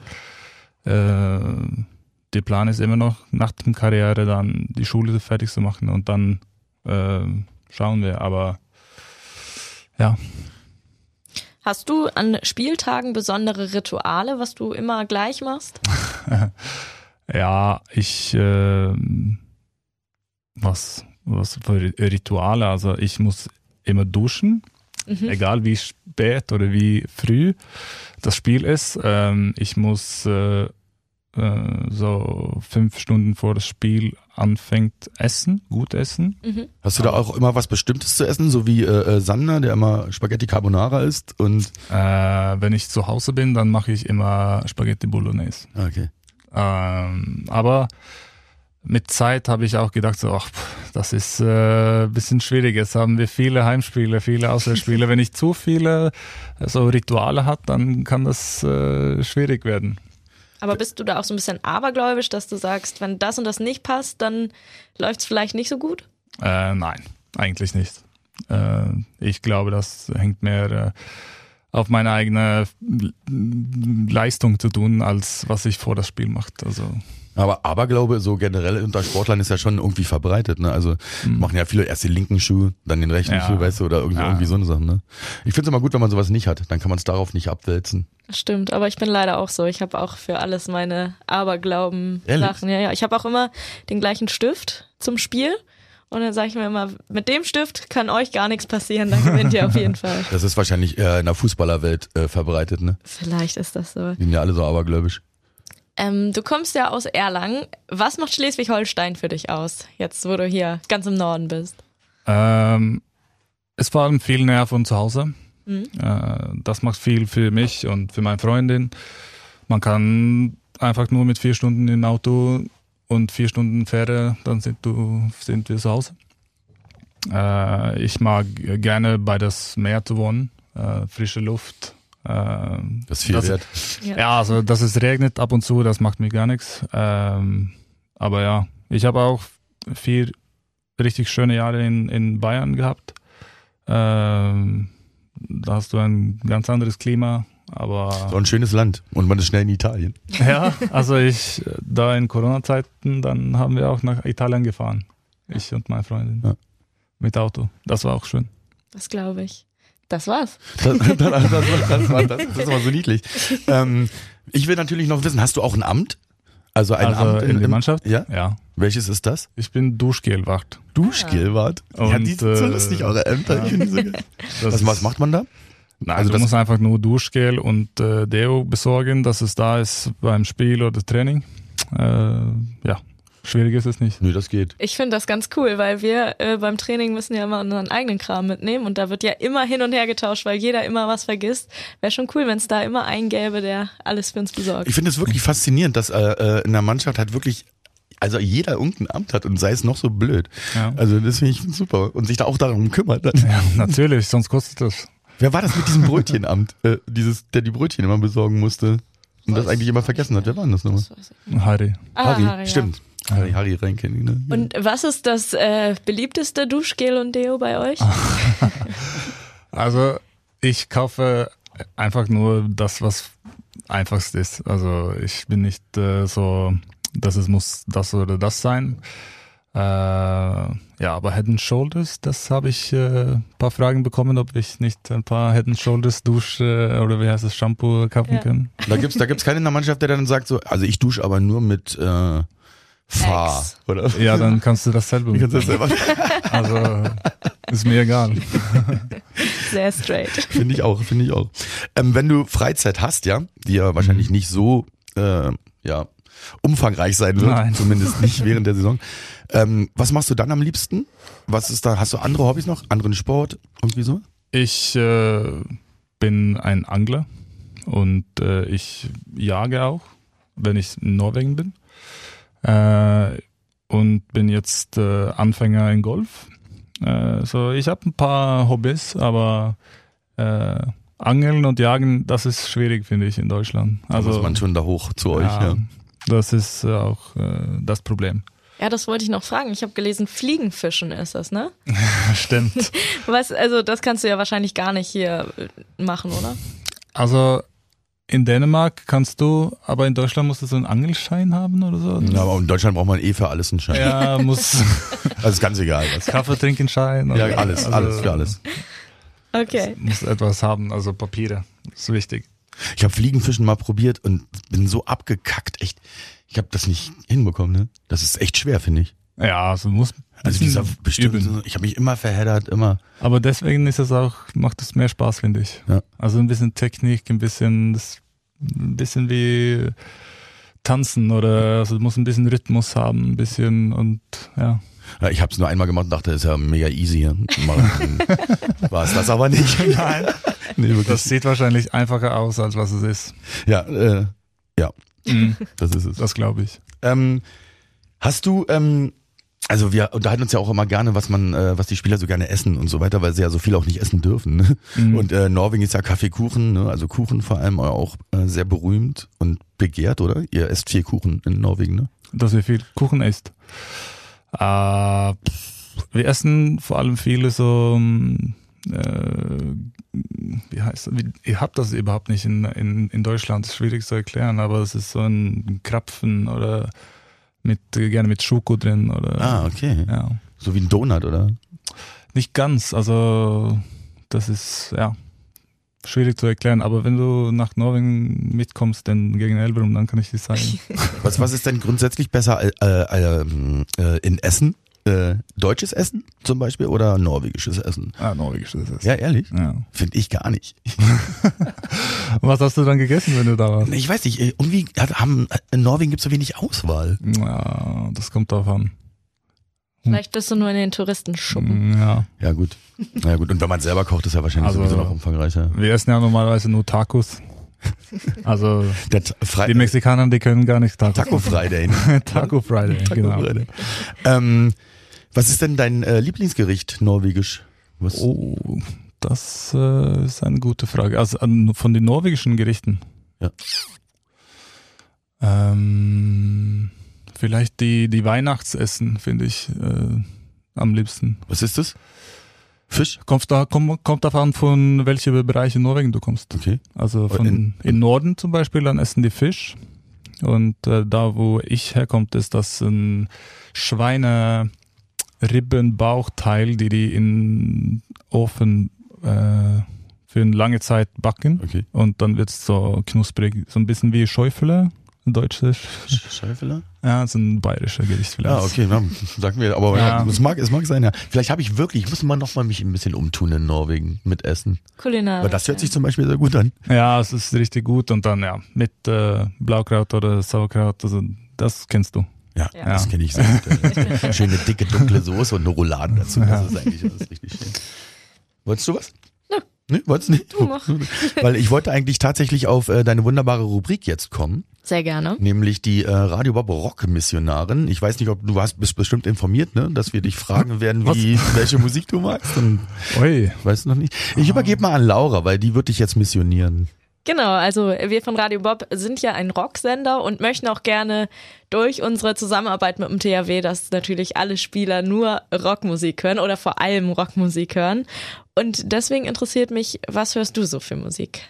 [SPEAKER 4] der Plan ist immer noch, nach dem Karriere dann die Schule fertig zu machen und dann äh, schauen wir. Aber ja,
[SPEAKER 3] Hast du an Spieltagen besondere Rituale, was du immer gleich machst?
[SPEAKER 4] ja, ich äh, was was für Rituale? Also ich muss immer duschen.
[SPEAKER 3] Mhm.
[SPEAKER 4] egal wie spät oder wie früh das Spiel ist. Ähm, ich muss äh, äh, so fünf Stunden vor das Spiel anfängt essen, gut essen.
[SPEAKER 3] Mhm.
[SPEAKER 2] hast du da auch immer was Bestimmtes zu essen, so wie äh, äh, Sander, der immer Spaghetti Carbonara isst und
[SPEAKER 4] Äh, wenn ich zu Hause bin, dann mache ich immer Spaghetti Bolognese.
[SPEAKER 2] okay.
[SPEAKER 4] Ähm, aber mit Zeit habe ich auch gedacht, so, ach, pff, das ist äh, ein bisschen schwierig. Jetzt haben wir viele Heimspiele, viele Auswärtsspiele. Wenn ich zu viele äh, so Rituale hat, dann kann das äh, schwierig werden.
[SPEAKER 3] Aber bist du da auch so ein bisschen abergläubisch, dass du sagst, wenn das und das nicht passt, dann läuft es vielleicht nicht so gut?
[SPEAKER 4] Äh, nein, eigentlich nicht. Äh, ich glaube, das hängt mehr äh, auf meine eigene Leistung zu tun, als was ich vor das Spiel macht. Also
[SPEAKER 2] Aber Aberglaube so generell unter Sportlern ist ja schon irgendwie verbreitet. Ne? Also machen ja viele erst den linken Schuh, dann den rechten
[SPEAKER 4] Hm. Ja.
[SPEAKER 2] Schuh, weißt du, oder irgendwie,
[SPEAKER 4] Ja.
[SPEAKER 2] irgendwie so eine Sache. Ne? Ich finde es immer gut, wenn man sowas nicht hat. Dann kann man es darauf nicht abwälzen.
[SPEAKER 3] Stimmt, aber ich bin leider auch so. Ich habe auch für alles meine
[SPEAKER 2] Ehrlich?
[SPEAKER 3] Aberglauben-Sachen. Ja, ja. Ich habe auch immer den gleichen Stift zum Spiel. Und dann sage ich mir immer, mit dem Stift kann euch gar nichts passieren, dann gewinnt ihr auf jeden Fall.
[SPEAKER 2] Das ist wahrscheinlich äh, in der Fußballerwelt äh, verbreitet. Ne?
[SPEAKER 3] Vielleicht ist das so.
[SPEAKER 2] Die sind ja alle so abergläubisch.
[SPEAKER 3] Ähm, du kommst ja aus Erlangen. Was macht Schleswig-Holstein für dich aus, jetzt wo du hier ganz im Norden bist?
[SPEAKER 4] ähm, es war viel näher von zu Hause.
[SPEAKER 3] Mhm.
[SPEAKER 4] Äh, das macht viel für mich und für meine Freundin. Man kann einfach nur mit vier Stunden im Auto und vier Stunden Fähre, dann sind, du, sind wir zu Hause. Äh, ich mag gerne bei das Meer zu wohnen, äh, frische Luft. Äh,
[SPEAKER 2] Das ist viel
[SPEAKER 4] Das-
[SPEAKER 2] wert.
[SPEAKER 4] ja, also dass es regnet ab und zu, das macht mir gar nichts. Ähm, aber ja, ich habe auch vier richtig schöne Jahre in, in Bayern gehabt. Ähm, da hast du ein ganz anderes Klima, aber
[SPEAKER 2] (laughs) So ein schönes Land. Und man ist schnell in Italien. (laughs)
[SPEAKER 4] ja, also ich, da in Corona-Zeiten, dann haben wir auch nach Italien gefahren. Ich und meine Freundin.
[SPEAKER 2] Ja.
[SPEAKER 4] Mit Auto. Das war auch schön.
[SPEAKER 3] Das glaube ich. Das war's.
[SPEAKER 2] Das, das, das, das, das, war- das, das war so niedlich. Ähm, ich will natürlich noch wissen, hast du auch ein Amt? Also ein
[SPEAKER 4] Also
[SPEAKER 2] Amt
[SPEAKER 4] in der Mannschaft?
[SPEAKER 2] Ja.
[SPEAKER 4] Ja.
[SPEAKER 2] Welches ist das?
[SPEAKER 4] Ich bin Duschgelwacht.
[SPEAKER 2] Duschgelwart. ja, die
[SPEAKER 4] Und,
[SPEAKER 2] sind so
[SPEAKER 4] äh,
[SPEAKER 2] lustig, eure Ämter. Ich (laughs) finde die so geil.
[SPEAKER 4] Das
[SPEAKER 2] Also, Was,
[SPEAKER 4] ist-
[SPEAKER 2] was macht man da?
[SPEAKER 4] Nein,
[SPEAKER 2] Also
[SPEAKER 4] also du
[SPEAKER 2] das-
[SPEAKER 4] musst einfach nur Duschgel und äh, Deo besorgen, dass es da ist beim Spiel oder Training. Äh, ja, schwierig ist es nicht.
[SPEAKER 2] Nö, das geht.
[SPEAKER 3] Ich finde das ganz cool, weil wir äh, beim Training müssen ja immer unseren eigenen Kram mitnehmen und da wird ja immer hin und her getauscht, weil jeder immer was vergisst. Wäre schon cool, wenn es da immer einen gäbe, der alles für uns besorgt.
[SPEAKER 2] Ich finde es wirklich faszinierend, dass äh, äh, in der Mannschaft halt wirklich, also jeder irgendein Amt hat und sei es noch so blöd.
[SPEAKER 4] Ja.
[SPEAKER 2] Also das finde ich super. Und sich da auch darum kümmert.
[SPEAKER 4] Ja, (laughs) natürlich, sonst kostet das.
[SPEAKER 2] Wer war das mit diesem Brötchenamt, (laughs) äh, dieses, der die Brötchen immer besorgen musste und das
[SPEAKER 3] Weiß
[SPEAKER 2] eigentlich immer vergessen hat? Wer war denn das nochmal?
[SPEAKER 3] Das weiß ich.
[SPEAKER 4] Harry.
[SPEAKER 3] Ah,
[SPEAKER 2] Harry,
[SPEAKER 3] Harry, ja.
[SPEAKER 2] stimmt. Harry, Harry Renke. Ne? Ah.
[SPEAKER 3] Und was ist das äh, beliebteste Duschgel und Deo bei euch?
[SPEAKER 4] Also ich kaufe einfach nur das, was einfachst ist. Also ich bin nicht äh, so, dass es muss das oder das sein. Äh, ja, aber Head and Shoulders, das habe ich äh, ein paar Fragen bekommen, ob ich nicht ein paar Head and Shoulders Dusch äh, oder wie heißt das Shampoo kaufen
[SPEAKER 3] Ja.
[SPEAKER 4] kann.
[SPEAKER 2] Da gibt's da gibt's keinen in der Mannschaft, der dann sagt so, also ich dusche aber nur mit äh, Fahr
[SPEAKER 3] Ex.
[SPEAKER 2] oder (laughs)
[SPEAKER 4] Ja, dann kannst du das selber.
[SPEAKER 2] kannst du das selber.
[SPEAKER 4] Also ist mir egal.
[SPEAKER 2] (laughs)
[SPEAKER 3] Sehr straight.
[SPEAKER 2] Finde ich auch, finde ich auch. Ähm, wenn du Freizeit hast, ja, die ja wahrscheinlich nicht so äh, ja, umfangreich sein wird,
[SPEAKER 4] Nein.
[SPEAKER 2] zumindest nicht während der Saison. Ähm, was machst du dann am liebsten? Was ist da? Hast du andere Hobbys noch? Anderen Sport? Irgendwie so?
[SPEAKER 4] Ich äh, bin ein Angler und äh, ich jage auch, wenn ich in Norwegen bin. Äh, und bin jetzt äh, Anfänger in Golf. Äh, so, ich habe ein paar Hobbys, aber äh, Angeln und Jagen, das ist schwierig, finde ich, in Deutschland.
[SPEAKER 2] Also muss
[SPEAKER 4] Also
[SPEAKER 2] man schon da hoch zu euch. Ja.
[SPEAKER 4] das ist äh, auch äh,
[SPEAKER 2] (laughs)
[SPEAKER 4] das Problem.
[SPEAKER 3] Ja, das wollte ich noch fragen. Ich habe gelesen, Fliegenfischen ist das, ne?
[SPEAKER 4] Stimmt.
[SPEAKER 3] Was, also das kannst du ja wahrscheinlich gar nicht hier äh, machen, oder?
[SPEAKER 4] Also in Dänemark kannst du, aber in Deutschland musst du so einen Angelschein haben oder so.
[SPEAKER 2] Ja, aber in Deutschland braucht man eh für alles einen Schein.
[SPEAKER 4] Ja,
[SPEAKER 2] (laughs)
[SPEAKER 4] muss
[SPEAKER 2] Also ist ganz egal. Was.
[SPEAKER 4] Kaffee trinken scheinen.
[SPEAKER 2] Ja, alles,
[SPEAKER 4] Also
[SPEAKER 2] alles, für alles.
[SPEAKER 3] Okay.
[SPEAKER 2] Hm.
[SPEAKER 4] Muss etwas haben, also Papiere. Ist wichtig.
[SPEAKER 2] Ich habe Fliegenfischen mal probiert und bin so abgekackt, echt. Ich habe das nicht hinbekommen, ne? Das ist echt schwer, finde ich.
[SPEAKER 4] Ja, also muss.
[SPEAKER 2] Also dieser
[SPEAKER 4] bisschen
[SPEAKER 2] bestimmt,
[SPEAKER 4] üben.
[SPEAKER 2] so- ich habe mich immer verheddert, immer.
[SPEAKER 4] Aber deswegen ist es auch, macht es mehr Spaß, finde ich.
[SPEAKER 2] Ja.
[SPEAKER 4] Also ein bisschen Technik, ein bisschen, das, ein bisschen wie tanzen oder also du musst ein bisschen Rhythmus haben, ein bisschen und
[SPEAKER 2] (laughs)
[SPEAKER 4] ja.
[SPEAKER 2] Ja, ich habe es nur einmal gemacht und dachte, ist ja mega easy hier. War es das aber nicht.
[SPEAKER 4] (laughs) Nein.
[SPEAKER 2] Nee,
[SPEAKER 4] Das
[SPEAKER 2] wirklich.
[SPEAKER 4] sieht wahrscheinlich einfacher aus, als was es ist.
[SPEAKER 2] Ja, äh, das ist es.
[SPEAKER 4] (laughs) Das glaube ich.
[SPEAKER 2] Ähm, hast du, ähm, also wir unterhalten uns ja auch immer gerne, was man, äh, was die Spieler so gerne essen und so weiter, weil sie ja so viel auch nicht essen dürfen. Ne? Und äh, Norwegen ist ja Kaffeekuchen, ne? also Kuchen vor allem auch äh, sehr berühmt und begehrt, oder? Ihr esst viel Kuchen in Norwegen, ne?
[SPEAKER 4] dass wir viel Kuchen isst. Äh, pff, wir essen vor allem viele so, mm, äh, wie heißt das? Wie, ihr habt das überhaupt nicht in, in, in Deutschland, das ist schwierig zu erklären, aber es ist so ein Krapfen oder mit, gerne mit Schoko drin oder.
[SPEAKER 2] Ah, okay.
[SPEAKER 4] Ja.
[SPEAKER 2] So wie ein Donut, oder?
[SPEAKER 4] Nicht ganz, also das ist, ja. Schwierig zu erklären, aber wenn du nach Norwegen mitkommst, dann gegen Elberum, dann kann ich dir sagen.
[SPEAKER 2] Was, was ist denn grundsätzlich besser äh, äh, ähm, äh, in Essen? Äh, deutsches Essen zum Beispiel oder norwegisches Essen?
[SPEAKER 4] (laughs) ah, norwegisch ist es.
[SPEAKER 2] Ja, ehrlich?
[SPEAKER 4] ja.
[SPEAKER 2] Finde ich gar nicht.
[SPEAKER 4] Was hast du dann gegessen, wenn du da warst?
[SPEAKER 2] Ich weiß nicht, äh, irgendwie hat, haben, äh, in Norwegen gibt es so wenig Auswahl.
[SPEAKER 4] Ja, das kommt drauf an.
[SPEAKER 3] Vielleicht bist du nur in den Touristenschuppen.
[SPEAKER 4] Mm, Ja.
[SPEAKER 2] Ja, gut. Na ja, gut. Und wenn man selber kocht, ist ja wahrscheinlich
[SPEAKER 4] Also-
[SPEAKER 2] sowieso noch umfangreicher.
[SPEAKER 4] Wir essen ja normalerweise nur (laughs) Tacos. Also
[SPEAKER 2] Der Ta- Fre
[SPEAKER 4] die Mexikaner, die können gar nicht Tacos.
[SPEAKER 2] Taco (laughs) Friday.
[SPEAKER 4] Taco Friday,
[SPEAKER 2] Taco
[SPEAKER 4] genau.
[SPEAKER 2] Friday. Ähm, was ist denn dein äh, Lieblingsgericht norwegisch? Was?
[SPEAKER 4] Oh, das äh, ist eine gute Frage. Also an, von den norwegischen Gerichten.
[SPEAKER 2] Ja.
[SPEAKER 4] Ähm, vielleicht die, die Weihnachtsessen, finde ich, äh, am liebsten.
[SPEAKER 2] Was ist das? Fisch?
[SPEAKER 4] Kommt, da, komm, kommt davon, von welche Bereiche in Norwegen du kommst.
[SPEAKER 2] Okay.
[SPEAKER 4] Also von,
[SPEAKER 2] In-
[SPEAKER 4] in, Norden zum Beispiel, dann essen die Fisch. Und äh, da, wo ich herkommt, ist das ein Schweineribbenbauchteil, die die in Ofen äh, für eine lange Zeit backen.
[SPEAKER 2] Okay.
[SPEAKER 4] Und dann wird's so knusprig, so ein bisschen wie Schäufele, ein deutsches,
[SPEAKER 2] Schäufeler?
[SPEAKER 4] ja, so ein bayerischer Gericht vielleicht.
[SPEAKER 2] Ja, Ah, okay, na, sagen wir, aber ja.
[SPEAKER 4] Ja.
[SPEAKER 2] es, mag, es mag sein, ja. Vielleicht habe ich wirklich, ich muss mal nochmal mich ein bisschen umtun in Norwegen mit Essen.
[SPEAKER 3] Kulinarisch.
[SPEAKER 2] Aber das hört sich zum Beispiel sehr gut an.
[SPEAKER 4] Ja, es ist richtig gut und dann ja, mit äh, Blaukraut oder Sauerkraut, also das kennst du.
[SPEAKER 2] Ja,
[SPEAKER 3] Ja.
[SPEAKER 2] das kenne ich sehr gut.
[SPEAKER 3] (laughs)
[SPEAKER 2] ja. Schöne dicke, dunkle Soße und eine Roulade dazu. Das ist eigentlich alles richtig schön. Wolltest du was?
[SPEAKER 3] Nö.
[SPEAKER 2] Nee, wolltest nicht?
[SPEAKER 3] Du mach.
[SPEAKER 2] (laughs) Weil ich wollte eigentlich tatsächlich auf äh, deine wunderbare Rubrik jetzt kommen,
[SPEAKER 3] Sehr gerne.
[SPEAKER 2] nämlich die äh, Radio Bob Rock Missionarin. Ich weiß nicht, ob du hast, bist bestimmt informiert, ne, dass wir dich fragen werden, wie, welche Musik du magst und
[SPEAKER 4] Ui,
[SPEAKER 3] Ah.
[SPEAKER 2] Weißt du noch nicht? Ich übergebe mal an Laura, weil die wird dich jetzt missionieren.
[SPEAKER 3] Genau, also wir von Radio Bob sind ja ein Rocksender und möchten auch gerne durch unsere Zusammenarbeit mit dem THW, dass natürlich alle Spieler nur Rockmusik hören oder vor allem Rockmusik hören. Und deswegen interessiert mich, was hörst du so für Musik?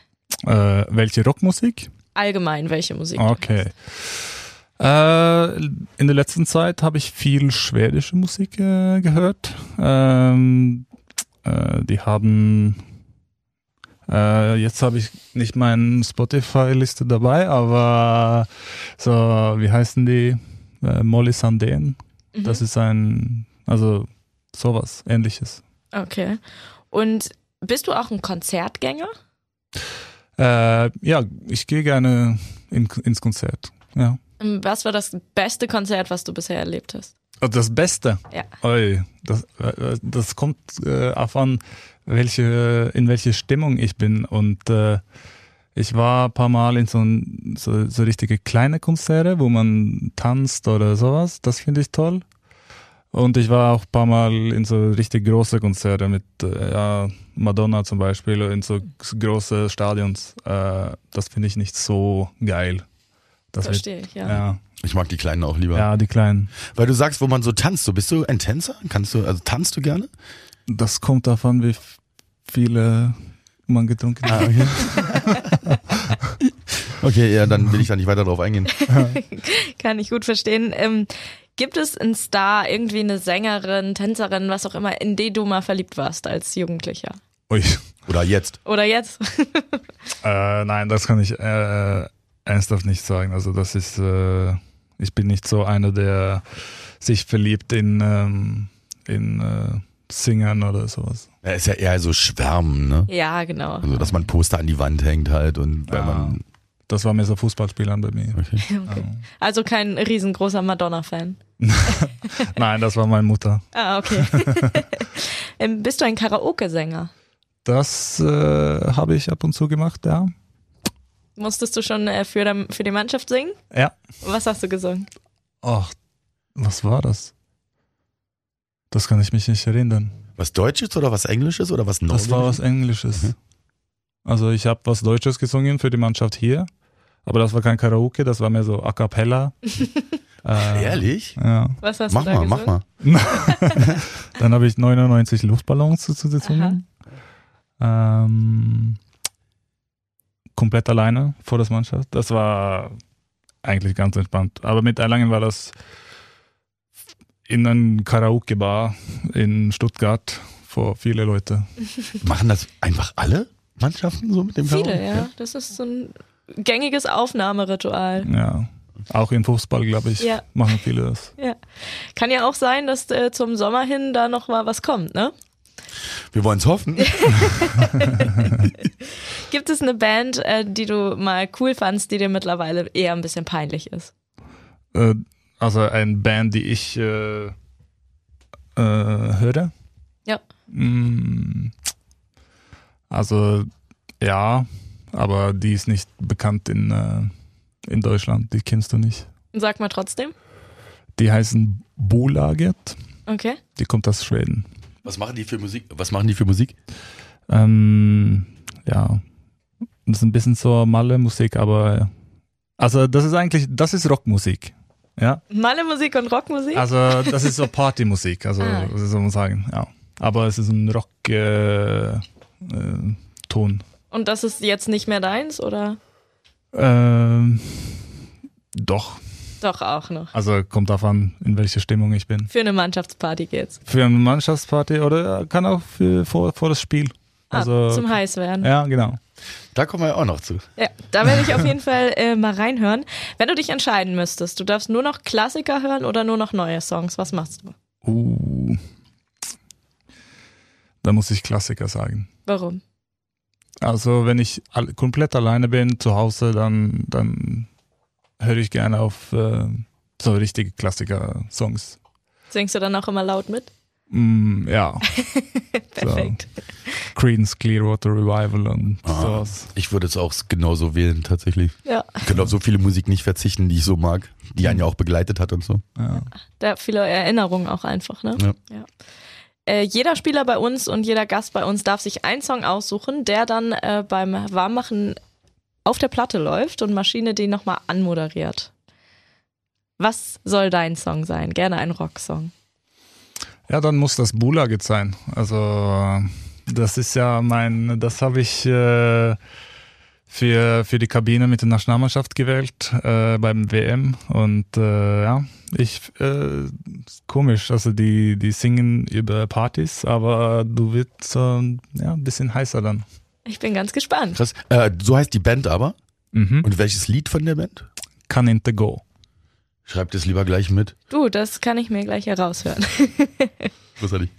[SPEAKER 4] Äh, welche Rockmusik?
[SPEAKER 3] Allgemein, welche Musik? du
[SPEAKER 4] Okay.
[SPEAKER 3] hörst.
[SPEAKER 4] Äh, in der letzten Zeit habe ich viel schwedische Musik äh, gehört. Ähm, äh, die haben. Äh, jetzt habe ich nicht meine Spotify-Liste dabei, aber so, wie heißen die? Äh, Molly Sandén.
[SPEAKER 3] Mhm.
[SPEAKER 4] Das ist ein. Also sowas ähnliches.
[SPEAKER 3] Okay. Und bist du auch ein Konzertgänger?
[SPEAKER 4] Äh, ja, ich gehe gerne in, ins Konzert. Ja.
[SPEAKER 3] Ähm, Was war das beste Konzert, was du bisher erlebt hast?
[SPEAKER 4] Also Das Beste.
[SPEAKER 3] Ja.
[SPEAKER 4] Oi, das, äh, das kommt äh, auf an, welche, in welche Stimmung ich bin. Und äh, ich war ein paar Mal in so, ein, so, so richtige kleine Konzerte, wo man tanzt oder sowas. Das finde ich toll. Und ich war auch ein paar Mal in so richtig große Konzerte mit äh, ja, Madonna zum Beispiel, in so große Stadions. Äh, das finde ich nicht so geil. Das wird-
[SPEAKER 3] Verstehe ich, ja.
[SPEAKER 4] Also, ja.
[SPEAKER 2] Ich mag die Kleinen auch lieber.
[SPEAKER 4] ja, die kleinen.
[SPEAKER 2] Weil du sagst, wo man so tanzt, so bist du ein Tänzer? Kannst du, also tanzt du gerne?
[SPEAKER 4] Das kommt davon, wie f- viele man getrunken hat.
[SPEAKER 2] Okay, ja, dann will ich da nicht weiter drauf eingehen.
[SPEAKER 3] Kann ich gut verstehen. Ähm, gibt es einen Star, irgendwie eine Sängerin, Tänzerin, was auch immer, in die du mal verliebt warst als Jugendlicher?
[SPEAKER 4] (laughs) Ui.
[SPEAKER 2] Oder jetzt.
[SPEAKER 3] Oder jetzt? (laughs)
[SPEAKER 4] Äh, nein, das kann ich äh, ernsthaft nicht sagen. Also das ist, äh, ich bin nicht so einer, der sich verliebt in, ähm, in äh, Singern oder sowas.
[SPEAKER 2] Ja, ist ja eher so Schwärmen, ne?
[SPEAKER 3] ja, genau.
[SPEAKER 2] Also, dass man Poster an die Wand hängt halt und weil
[SPEAKER 4] Ah.
[SPEAKER 2] man.
[SPEAKER 4] Das war mehr so Fußballspielern
[SPEAKER 2] (laughs)
[SPEAKER 4] bei mir.
[SPEAKER 3] Also kein riesengroßer Madonna-Fan.
[SPEAKER 4] Nein, das war meine Mutter.
[SPEAKER 2] (laughs)
[SPEAKER 3] Ah, okay. ähm, bist du ein Karaoke-Sänger?
[SPEAKER 4] Das äh, habe ich ab und zu gemacht, ja.
[SPEAKER 3] Musstest du schon äh, für, dem- für die Mannschaft singen?
[SPEAKER 4] Ja.
[SPEAKER 3] Was hast du gesungen?
[SPEAKER 4] Ach, was war das? Das kann ich mich nicht erinnern.
[SPEAKER 2] Was Deutsches oder was Englisches oder was Norwegisches?
[SPEAKER 4] Das war was Englisches.
[SPEAKER 2] Mhm.
[SPEAKER 4] Also ich habe was Deutsches gesungen für die Mannschaft hier, aber das war kein Karaoke, das war mehr so A
[SPEAKER 2] (laughs)
[SPEAKER 4] cappella. Äh,
[SPEAKER 2] Ehrlich?
[SPEAKER 4] Ja.
[SPEAKER 3] Was hast
[SPEAKER 2] Mach
[SPEAKER 3] du da
[SPEAKER 2] mal,
[SPEAKER 3] gesungen?
[SPEAKER 2] mach mal.
[SPEAKER 4] Dann habe ich 99 Luftballons dazu gesungen. Ähm, komplett alleine vor das Mannschaft. Das war eigentlich ganz entspannt. Aber mit Erlangen war das in einem Karaoke-Bar in Stuttgart vor viele Leute.
[SPEAKER 2] Machen das einfach alle Mannschaften so mit dem
[SPEAKER 3] Viele,
[SPEAKER 2] Karaoke?
[SPEAKER 3] ja. Das ist so ein gängiges Aufnahmeritual.
[SPEAKER 4] Ja. Auch im Fußball, glaube ich,
[SPEAKER 3] Ja.
[SPEAKER 4] machen viele das.
[SPEAKER 3] Ja. Kann ja auch sein, dass äh, zum Sommer hin da noch mal was kommt, ne?
[SPEAKER 2] Wir wollen es
[SPEAKER 3] (laughs)
[SPEAKER 2] hoffen.
[SPEAKER 3] Gibt es eine Band, äh, die du mal cool fandst, die dir mittlerweile eher ein bisschen peinlich ist?
[SPEAKER 4] Äh, also eine Band, die ich äh, äh, höre.
[SPEAKER 3] Ja.
[SPEAKER 4] Mm, also ja, aber die ist nicht bekannt in, äh, in Deutschland, die kennst du nicht.
[SPEAKER 3] Sag mal trotzdem.
[SPEAKER 4] Die heißen Bolaget,
[SPEAKER 3] Okay.
[SPEAKER 4] die kommt aus Schweden.
[SPEAKER 2] Was machen die für Musik? Was machen die für Musik?
[SPEAKER 4] Ähm, ja, das ist ein bisschen so Malle-Musik, aber also das ist eigentlich, das ist Rockmusik. Ja,
[SPEAKER 3] Malle Musik und Rockmusik?
[SPEAKER 4] Also das ist so Partymusik, also
[SPEAKER 3] Ah.
[SPEAKER 4] soll man sagen, ja. Aber es ist ein Rock äh, äh, Ton.
[SPEAKER 3] Und das ist jetzt nicht mehr deins oder?
[SPEAKER 4] Ähm, doch,
[SPEAKER 3] Doch auch noch.
[SPEAKER 4] also kommt darauf an, in welche Stimmung ich bin.
[SPEAKER 3] Für eine Mannschaftsparty geht's.
[SPEAKER 4] Für eine Mannschaftsparty oder kann auch für, vor, vor das Spiel.
[SPEAKER 3] Ah,
[SPEAKER 4] Also
[SPEAKER 3] zum heiß werden. Ja.
[SPEAKER 4] ja, genau.
[SPEAKER 2] Da kommen wir ja auch noch zu.
[SPEAKER 3] da werde ich auf jeden Fall äh, mal reinhören. Wenn du dich entscheiden müsstest, du darfst nur noch Klassiker hören oder nur noch neue Songs, was machst du?
[SPEAKER 4] Uh. Da muss ich Klassiker sagen.
[SPEAKER 3] Warum?
[SPEAKER 4] Also wenn ich al- komplett alleine bin zu Hause, dann, dann höre ich gerne auf äh, so richtige Klassiker-Songs.
[SPEAKER 3] Singst du dann auch immer laut mit?
[SPEAKER 4] Mm, ja,
[SPEAKER 3] Perfekt.
[SPEAKER 4] Creedence Clearwater Revival und
[SPEAKER 2] Ah.
[SPEAKER 4] sowas.
[SPEAKER 2] Ich würde es auch genauso wählen, tatsächlich.
[SPEAKER 3] Ja,
[SPEAKER 2] Ich könnte auf so viele Musik nicht verzichten, die ich so mag, die einen ja auch begleitet hat und so.
[SPEAKER 4] Ja.
[SPEAKER 3] da viele Erinnerungen auch einfach, ne?
[SPEAKER 2] Ja.
[SPEAKER 3] Äh, jeder Spieler bei uns und jeder Gast bei uns darf sich einen Song aussuchen, der dann äh, beim Warmmachen auf der Platte läuft und Maschine den nochmal anmoderiert. Was soll dein Song sein? Gerne ein Rocksong.
[SPEAKER 4] Ja, dann muss das Bula-Git sein. Also das ist ja mein, das habe ich äh, für, für die Kabine mit der Nationalmannschaft gewählt äh, beim WM und äh, ja, ich äh, komisch, also die die singen über Partys, aber du wirst äh, ja ein bisschen heißer dann.
[SPEAKER 3] Ich bin ganz gespannt.
[SPEAKER 2] Krass. Äh, so heißt die Band aber.
[SPEAKER 4] Mhm.
[SPEAKER 2] Und welches Lied von der Band?
[SPEAKER 4] Kann inte go.
[SPEAKER 2] Schreibt es lieber gleich mit.
[SPEAKER 3] Du, das kann ich mir gleich heraushören.
[SPEAKER 2] Großartig.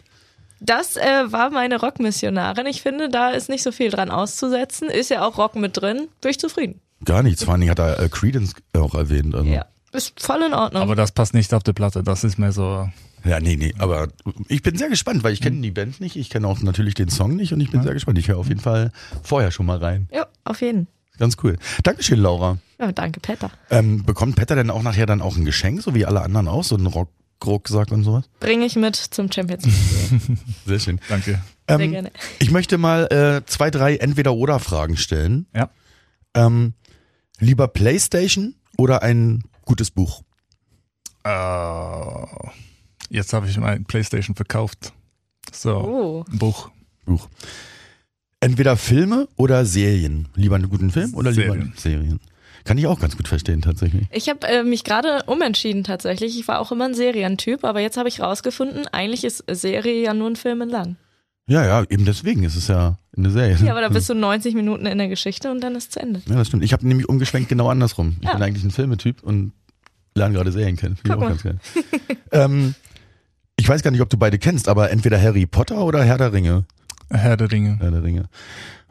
[SPEAKER 3] Das äh, war meine Rockmissionarin. Ich finde, da ist nicht so viel dran auszusetzen. Ist ja auch Rock mit drin. Bin ich zufrieden.
[SPEAKER 2] Gar nichts. Vor allen Dingen hat er äh, Credence auch erwähnt. Also.
[SPEAKER 3] Ja. Ist voll in Ordnung.
[SPEAKER 4] Aber das passt nicht auf die Platte. Das ist mehr so.
[SPEAKER 2] Ja, nee, nee, aber ich bin sehr gespannt, weil ich kenne die Band nicht, ich kenne auch natürlich den Song nicht und ich bin sehr gespannt. Ich höre auf jeden Fall vorher schon mal rein.
[SPEAKER 3] ja, auf jeden.
[SPEAKER 2] Ganz cool. Dankeschön, Laura.
[SPEAKER 3] Ja, danke, Petter.
[SPEAKER 2] Ähm, bekommt Petter denn auch nachher dann auch ein Geschenk, so wie alle anderen auch, so einen Rock Rucksack und sowas?
[SPEAKER 3] Bring ich mit zum Champions League.
[SPEAKER 2] Sehr schön.
[SPEAKER 4] Danke.
[SPEAKER 3] Sehr
[SPEAKER 2] Ähm,
[SPEAKER 3] gerne.
[SPEAKER 2] ich möchte mal äh, zwei, drei Entweder-Oder-Fragen stellen.
[SPEAKER 4] Ja.
[SPEAKER 2] Ähm, lieber Playstation oder ein gutes Buch?
[SPEAKER 4] Äh, jetzt habe ich mein PlayStation verkauft.
[SPEAKER 3] Oh.
[SPEAKER 4] So Buch.
[SPEAKER 2] Buch. Entweder Filme oder Serien. Lieber einen guten Film oder
[SPEAKER 4] Serien.
[SPEAKER 2] lieber Serien? Kann ich auch ganz gut verstehen, tatsächlich.
[SPEAKER 3] Ich habe äh, mich gerade umentschieden tatsächlich. Ich war auch immer ein Serientyp, aber jetzt habe ich rausgefunden, eigentlich ist Serie ja nur ein Film entlang.
[SPEAKER 2] Ja, ja, eben deswegen ist es ja eine Serie.
[SPEAKER 3] Ja, aber da bist du 90 Minuten in der Geschichte und dann ist zu Ende.
[SPEAKER 2] Ja, das stimmt. Ich habe nämlich umgeschwenkt genau andersrum. Ich
[SPEAKER 3] Ja.
[SPEAKER 2] bin eigentlich ein Filmetyp und lerne gerade Serien kennen. Finde ich auch ganz
[SPEAKER 3] Guck
[SPEAKER 2] geil. ähm, ich weiß gar nicht, ob du beide kennst, aber entweder Harry Potter oder Herr der Ringe.
[SPEAKER 4] Herr der Ringe.
[SPEAKER 2] Herr der Ringe.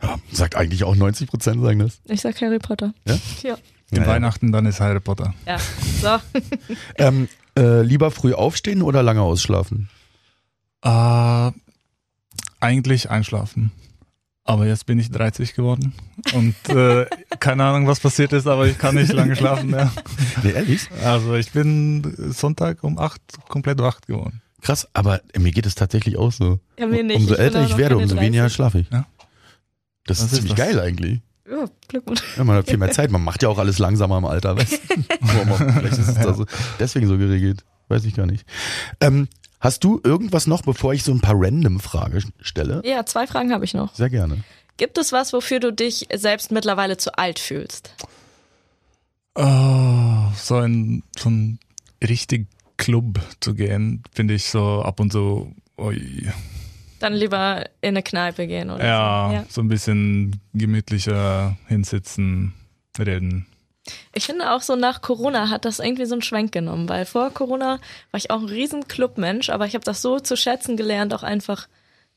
[SPEAKER 2] Ja, sagt eigentlich auch 90 Prozent, sagen das.
[SPEAKER 3] Ich sag Harry Potter.
[SPEAKER 2] Ja?
[SPEAKER 3] Ja.
[SPEAKER 4] In
[SPEAKER 2] Ja, ja.
[SPEAKER 4] Weihnachten dann ist Harry Potter.
[SPEAKER 3] ja. So.
[SPEAKER 2] Ähm, äh, lieber früh aufstehen oder lange ausschlafen?
[SPEAKER 4] Äh, eigentlich einschlafen. Aber jetzt bin ich 30 geworden und äh,
[SPEAKER 2] (laughs)
[SPEAKER 4] keine Ahnung, was passiert ist, aber ich kann nicht lange schlafen mehr.
[SPEAKER 2] Nee, ehrlich?
[SPEAKER 4] Also ich bin Sonntag um 8 komplett wach geworden.
[SPEAKER 2] Krass, aber mir geht es tatsächlich auch so.
[SPEAKER 3] Ja, mir nicht.
[SPEAKER 2] Umso
[SPEAKER 3] Ich bin
[SPEAKER 2] älter
[SPEAKER 3] auch
[SPEAKER 2] ich
[SPEAKER 3] noch
[SPEAKER 2] werde,
[SPEAKER 3] keine
[SPEAKER 2] umso
[SPEAKER 3] 30.
[SPEAKER 2] weniger schlafe ich.
[SPEAKER 4] Ja.
[SPEAKER 2] Das
[SPEAKER 4] Was
[SPEAKER 2] ist
[SPEAKER 4] ist
[SPEAKER 2] ziemlich
[SPEAKER 4] das?
[SPEAKER 2] geil eigentlich.
[SPEAKER 3] Ja, Glückwunsch.
[SPEAKER 2] Ja, man hat viel mehr Zeit. Man macht ja auch alles langsamer im Alter. Weißt?
[SPEAKER 3] (laughs)
[SPEAKER 2] Warum auch? Vielleicht ist es da so, deswegen so geregelt. Weiß ich gar nicht. Ähm, hast du irgendwas noch, bevor ich so ein paar random Fragen stelle?
[SPEAKER 3] Ja, zwei Fragen habe ich noch.
[SPEAKER 2] Sehr gerne.
[SPEAKER 3] Gibt es was, wofür du dich selbst mittlerweile zu alt fühlst?
[SPEAKER 4] Oh, so ein so ein richtig Club zu gehen, finde ich so ab und zu. Ui,
[SPEAKER 3] Dann lieber in eine Kneipe gehen oder
[SPEAKER 4] ja,
[SPEAKER 3] so. Ja.
[SPEAKER 4] so ein bisschen gemütlicher hinsitzen, reden.
[SPEAKER 3] Ich finde auch so nach Corona hat das irgendwie so einen Schwenk genommen, weil vor Corona war ich auch ein riesen Clubmensch, aber ich habe das so zu schätzen gelernt, auch einfach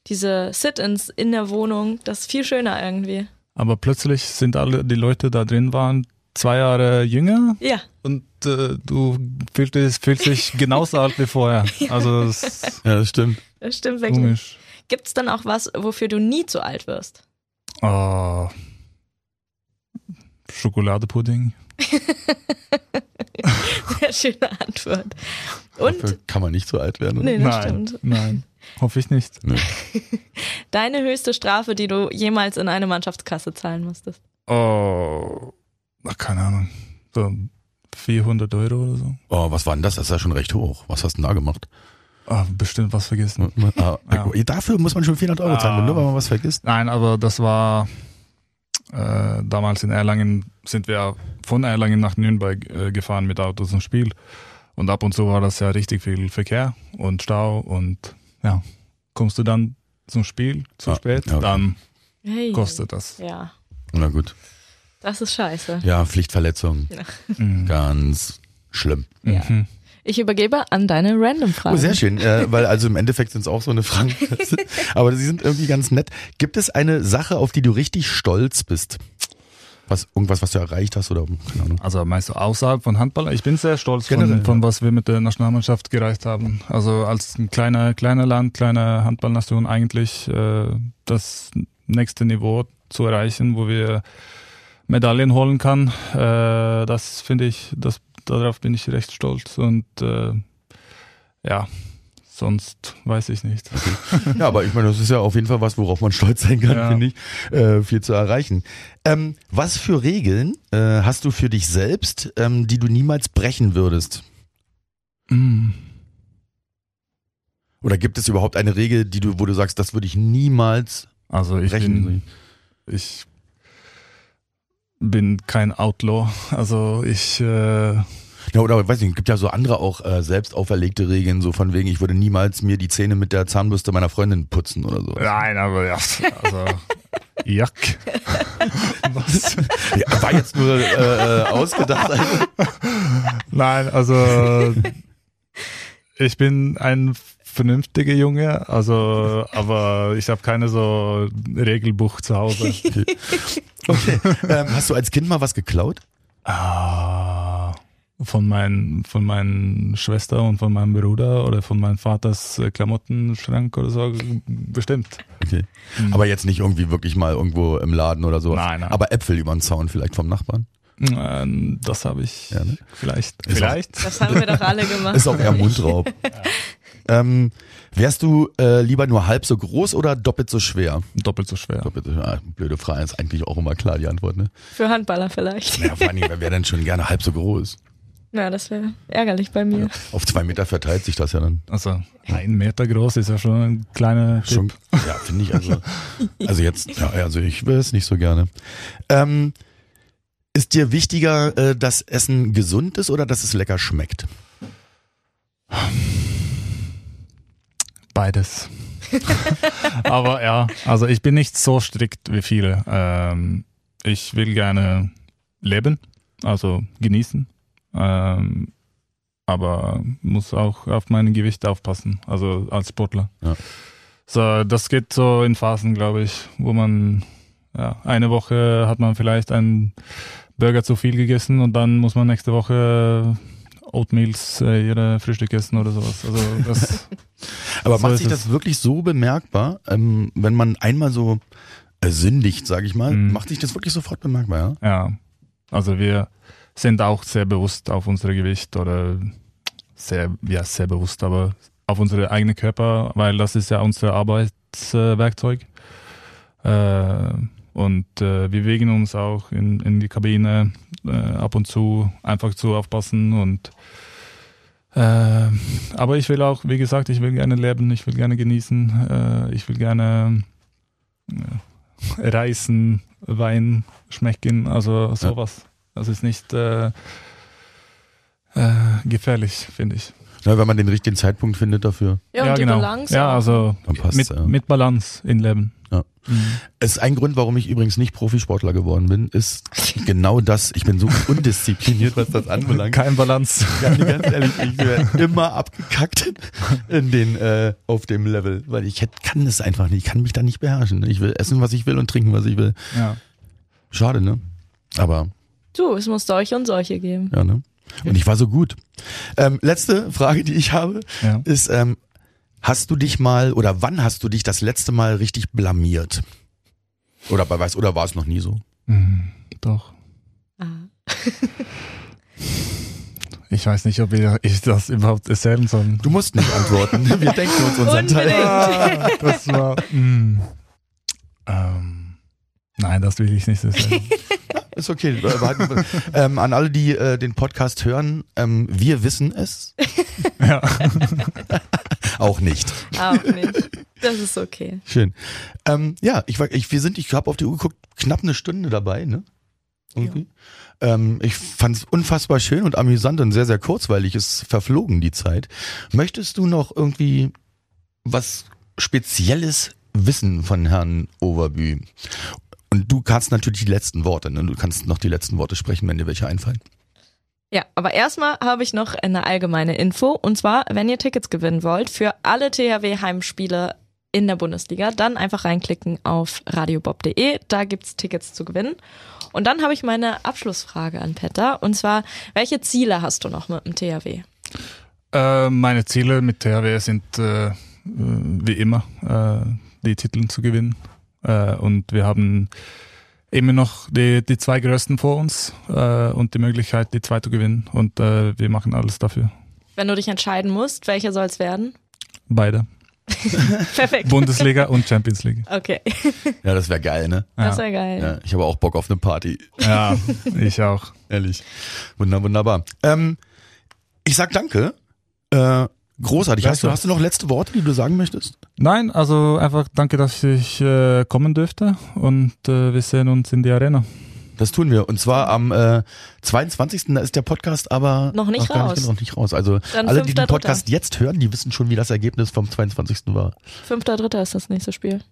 [SPEAKER 3] diese Sit-ins in der Wohnung, das ist viel schöner irgendwie.
[SPEAKER 4] Aber plötzlich sind alle die Leute da drin waren zwei Jahre jünger
[SPEAKER 3] Ja,
[SPEAKER 4] und äh, du fühlst, dich-
[SPEAKER 3] (laughs)
[SPEAKER 4] fühlst dich genauso alt wie vorher. Also das ist
[SPEAKER 2] Ja, das stimmt.
[SPEAKER 3] das stimmt wirklich.
[SPEAKER 4] komisch.
[SPEAKER 3] Gibt es dann auch was, wofür du nie zu alt wirst? (laughs)
[SPEAKER 4] Oh. Schokoladepudding.
[SPEAKER 3] Sehr schöne Antwort. Und
[SPEAKER 2] Dafür kann man nicht zu alt werden. Oder?
[SPEAKER 3] Nee. das
[SPEAKER 4] nein,
[SPEAKER 3] stimmt.
[SPEAKER 4] nein, hoffe ich nicht.
[SPEAKER 3] deine höchste Strafe, die du jemals in eine Mannschaftskasse zahlen musstest?
[SPEAKER 4] Oh, ach, keine Ahnung. So 400 Euro oder so.
[SPEAKER 2] Oh, was war denn das? Das ist ja schon recht hoch. Was hast du denn da gemacht?
[SPEAKER 4] Ah, bestimmt was vergessen.
[SPEAKER 2] Ah,
[SPEAKER 4] Ja.
[SPEAKER 2] Dafür muss man schon 400 Euro zahlen, wenn nur weil man was vergisst.
[SPEAKER 4] Nein, aber das war äh, damals in Erlangen, sind wir von Erlangen nach Nürnberg äh, gefahren mit Autos im Spiel. Und ab und zu war das ja richtig viel Verkehr und Stau und ja, kommst du dann zum Spiel zu
[SPEAKER 2] Ah,
[SPEAKER 4] spät,
[SPEAKER 2] ja, okay.
[SPEAKER 4] dann
[SPEAKER 3] Hey.
[SPEAKER 4] kostet das.
[SPEAKER 3] Ja,
[SPEAKER 2] Na gut.
[SPEAKER 3] das ist scheiße.
[SPEAKER 2] Ja, Pflichtverletzung.
[SPEAKER 4] Mhm.
[SPEAKER 2] Ganz schlimm.
[SPEAKER 3] Ja.
[SPEAKER 4] Mhm.
[SPEAKER 3] Ich übergebe an deine Random-Frage.
[SPEAKER 2] Oh, sehr schön, äh, weil also im Endeffekt sind es auch so eine Fragen. (laughs) Aber sie sind irgendwie ganz nett. Gibt es eine Sache, auf die du richtig stolz bist? Was, irgendwas, was du erreicht hast oder keine Ahnung.
[SPEAKER 4] Also meinst du außerhalb von Handball? Ich bin sehr stolz von,
[SPEAKER 2] Generell,
[SPEAKER 4] von was wir mit der Nationalmannschaft gereicht haben. Also als ein kleiner, kleiner Land, kleine Handballnation eigentlich äh, das nächste Niveau zu erreichen, wo wir Medaillen holen kann. Äh, das finde ich, das, darauf bin ich recht stolz und äh, ja, Sonst weiß ich nicht.
[SPEAKER 2] Ja, aber ich meine, das ist ja auf jeden Fall was, worauf man stolz sein kann,
[SPEAKER 4] Ja.
[SPEAKER 2] finde ich, äh, viel zu erreichen. Ähm, was für Regeln äh, hast du für dich selbst, ähm, die du niemals brechen würdest?
[SPEAKER 4] Mm.
[SPEAKER 2] Oder gibt es überhaupt eine Regel, die du, wo du sagst, das würde ich niemals
[SPEAKER 4] Also ich
[SPEAKER 2] brechen?
[SPEAKER 4] bin, ich bin kein Outlaw. Also ich äh,
[SPEAKER 2] Ja, oder weiß nicht, gibt ja so andere auch äh, selbst auferlegte Regeln, so von wegen, ich würde niemals mir die Zähne mit der Zahnbürste meiner Freundin putzen oder so.
[SPEAKER 4] nein, aber ja, also Jack. Was?
[SPEAKER 2] Ja, war jetzt nur äh, äh,
[SPEAKER 4] (laughs)
[SPEAKER 2] ausgedacht. Also,
[SPEAKER 4] Nein, also ich bin ein vernünftiger Junge, also aber ich habe keine so Regelbuch zu Hause.
[SPEAKER 2] okay. Ähm, hast du als Kind mal was geklaut?
[SPEAKER 4] Ah, von meinen von meinen Schwester und von meinem Bruder oder von meinem Vaters äh, Klamottenschrank oder so g- bestimmt.
[SPEAKER 2] Okay. Aber jetzt nicht irgendwie wirklich mal irgendwo im Laden oder sowas.
[SPEAKER 4] Hm. Nein, nein.
[SPEAKER 2] Aber Äpfel über den Zaun vielleicht vom Nachbarn.
[SPEAKER 4] Ähm, Das habe ich
[SPEAKER 2] Ja, ne?
[SPEAKER 4] vielleicht
[SPEAKER 2] auch-
[SPEAKER 4] vielleicht
[SPEAKER 3] Das haben wir
[SPEAKER 2] (laughs)
[SPEAKER 3] doch alle gemacht.
[SPEAKER 2] Ist auch eher Mundraub. (laughs) ähm, wärst du äh, lieber nur halb so groß oder doppelt so schwer?
[SPEAKER 4] doppelt so schwer.
[SPEAKER 2] Doppelt so schwer. Ah, Blöde Frage, ist eigentlich auch immer klar die Antwort, ne?
[SPEAKER 3] Für Handballer vielleicht.
[SPEAKER 2] Ja, vor allem, wer wäre denn schon gerne halb so groß?
[SPEAKER 3] Na, das wäre ärgerlich bei mir.
[SPEAKER 2] Auf zwei Meter verteilt sich das ja dann.
[SPEAKER 4] Also ein Meter groß ist ja schon ein kleiner Typ.
[SPEAKER 2] Schon, ja, finde ich. Also, also jetzt, ja, also ich will es nicht so gerne. Ähm, ist dir wichtiger, äh, dass Essen gesund ist oder dass es lecker schmeckt?
[SPEAKER 4] Beides. Aber ja, also ich bin nicht so strikt wie viele. Ähm, ich will gerne leben, also genießen. Ähm, aber muss auch auf mein Gewicht aufpassen, also als Sportler.
[SPEAKER 2] Ja.
[SPEAKER 4] So, das geht so in Phasen, glaube ich, wo man ja, eine Woche hat man vielleicht einen Burger zu viel gegessen und dann muss man nächste Woche Oatmeals äh, jeder Frühstück essen oder sowas. Also das
[SPEAKER 2] (laughs) Aber
[SPEAKER 4] So
[SPEAKER 2] macht
[SPEAKER 4] ist
[SPEAKER 2] sich das
[SPEAKER 4] es.
[SPEAKER 2] wirklich so bemerkbar, ähm, wenn man einmal so äh, sündigt, sage ich mal,
[SPEAKER 4] Mhm.
[SPEAKER 2] macht sich das wirklich sofort bemerkbar, ja?
[SPEAKER 4] Ja, also wir sind auch sehr bewusst auf unser Gewicht oder sehr, ja, sehr bewusst, aber auf unsere eigene Körper, weil das ist ja unser Arbeitswerkzeug. Äh, und äh, wir wägen uns auch in, in die Kabine äh, ab und zu einfach zu aufpassen und äh, aber ich will auch, wie gesagt, ich will gerne leben, ich will gerne genießen, äh, ich will gerne äh, reisen, Wein schmecken, also sowas. Das ist nicht äh, äh, gefährlich, finde ich.
[SPEAKER 2] Na, wenn man den richtigen Zeitpunkt findet dafür,
[SPEAKER 3] Ja, und die Balance.
[SPEAKER 4] ja,
[SPEAKER 3] auch.
[SPEAKER 4] also
[SPEAKER 2] dann passt
[SPEAKER 4] mit,
[SPEAKER 2] ja.
[SPEAKER 4] mit Balance in Leben.
[SPEAKER 2] Ja.
[SPEAKER 4] Mhm.
[SPEAKER 2] Es ist ein Grund, warum ich übrigens nicht Profisportler geworden bin,
[SPEAKER 4] (laughs)
[SPEAKER 2] ist genau das. Ich bin so undiszipliniert, was das anbelangt.
[SPEAKER 4] (laughs) Kein Balance.
[SPEAKER 2] (laughs) Ja, nee, ganz ehrlich, ich wäre immer abgekackt in den, äh, auf dem Level, weil ich hätte, kann es einfach nicht, ich kann mich da nicht beherrschen. ne? Ich will essen, was ich will und trinken, was ich will.
[SPEAKER 4] Ja.
[SPEAKER 2] Schade, ne? Aber,
[SPEAKER 3] Du, es muss solche und solche geben.
[SPEAKER 2] ja, ne? Und ich war so gut. Ähm, letzte Frage, die ich habe,
[SPEAKER 4] Ja.
[SPEAKER 2] ist, ähm, hast du dich mal oder wann hast du dich das letzte Mal richtig blamiert? Oder bei weiß oder war es noch nie so?
[SPEAKER 4] Mhm. Doch.
[SPEAKER 3] Ah.
[SPEAKER 4] Ich weiß nicht, ob wir- ich das überhaupt erzählen soll.
[SPEAKER 3] (laughs)
[SPEAKER 2] Du musst nicht antworten. Wir denken uns unseren Teil.
[SPEAKER 3] Unbedingt.
[SPEAKER 4] Ah, das war. Mhm. Ähm, nein, das will ich nicht erzählen.
[SPEAKER 2] Ist okay. Äh, behalten (laughs) wir- ähm, an alle, die äh, den Podcast hören, ähm, wir wissen es.
[SPEAKER 4] ja.
[SPEAKER 2] (laughs) Auch nicht.
[SPEAKER 3] Auch nicht. Das ist okay.
[SPEAKER 2] Schön. Ähm, ja, ich, war- ich, wir sind, ich habe auf die Uhr geguckt, knapp eine Stunde dabei, ne? Irgendwie. Ähm, ich fand es unfassbar schön und amüsant und sehr, sehr kurzweilig. Es verflogen die Zeit. Möchtest du noch irgendwie was Spezielles wissen von Herrn Overbü? Und du kannst natürlich die letzten Worte, ne? Du kannst noch die letzten Worte sprechen, wenn dir welche einfallen.
[SPEAKER 3] Ja, aber erstmal habe ich noch eine allgemeine Info. Und zwar, wenn ihr Tickets gewinnen wollt für alle THW-Heimspiele in der Bundesliga, dann einfach reinklicken auf radiobob.de. Da gibt's Tickets zu gewinnen. Und dann habe ich meine Abschlussfrage an Petter. Und zwar, welche Ziele hast du noch mit dem THW?
[SPEAKER 4] Äh, meine Ziele mit THW sind äh, äh, wie immer, äh, die Titel zu gewinnen. Äh, und wir haben immer noch die, die zwei größten vor uns äh, und die Möglichkeit, die zwei zu gewinnen. Und äh, wir machen alles dafür.
[SPEAKER 3] Wenn du dich entscheiden musst, welche soll's werden? (laughs)
[SPEAKER 4] Beide.
[SPEAKER 3] Perfekt.
[SPEAKER 4] Bundesliga und Champions League.
[SPEAKER 3] Okay,
[SPEAKER 2] Ja, das wäre geil, ne?
[SPEAKER 3] das war geil.
[SPEAKER 2] Ja, ich habe auch Bock auf eine Party.
[SPEAKER 4] Ja, ich auch.
[SPEAKER 2] Ehrlich. Wunder, wunderbar. Ähm, ich sag danke. Äh, großartig. Hast du,
[SPEAKER 4] Danke.
[SPEAKER 2] hast du noch letzte Worte, die du sagen möchtest?
[SPEAKER 4] Nein, also einfach danke, dass ich äh, kommen durfte und äh, wir sehen uns in der Arena.
[SPEAKER 2] Das tun wir. Und zwar am äh, 22. Da ist der Podcast aber
[SPEAKER 3] Noch nicht
[SPEAKER 2] auch gar
[SPEAKER 3] raus.
[SPEAKER 2] Noch nicht raus. Also
[SPEAKER 3] Dann
[SPEAKER 2] alle, die
[SPEAKER 3] fünfter,
[SPEAKER 2] den Podcast jetzt hören, die wissen schon, wie das Ergebnis vom 22. war. (laughs)
[SPEAKER 3] Fünfter, dritter ist das nächste Spiel.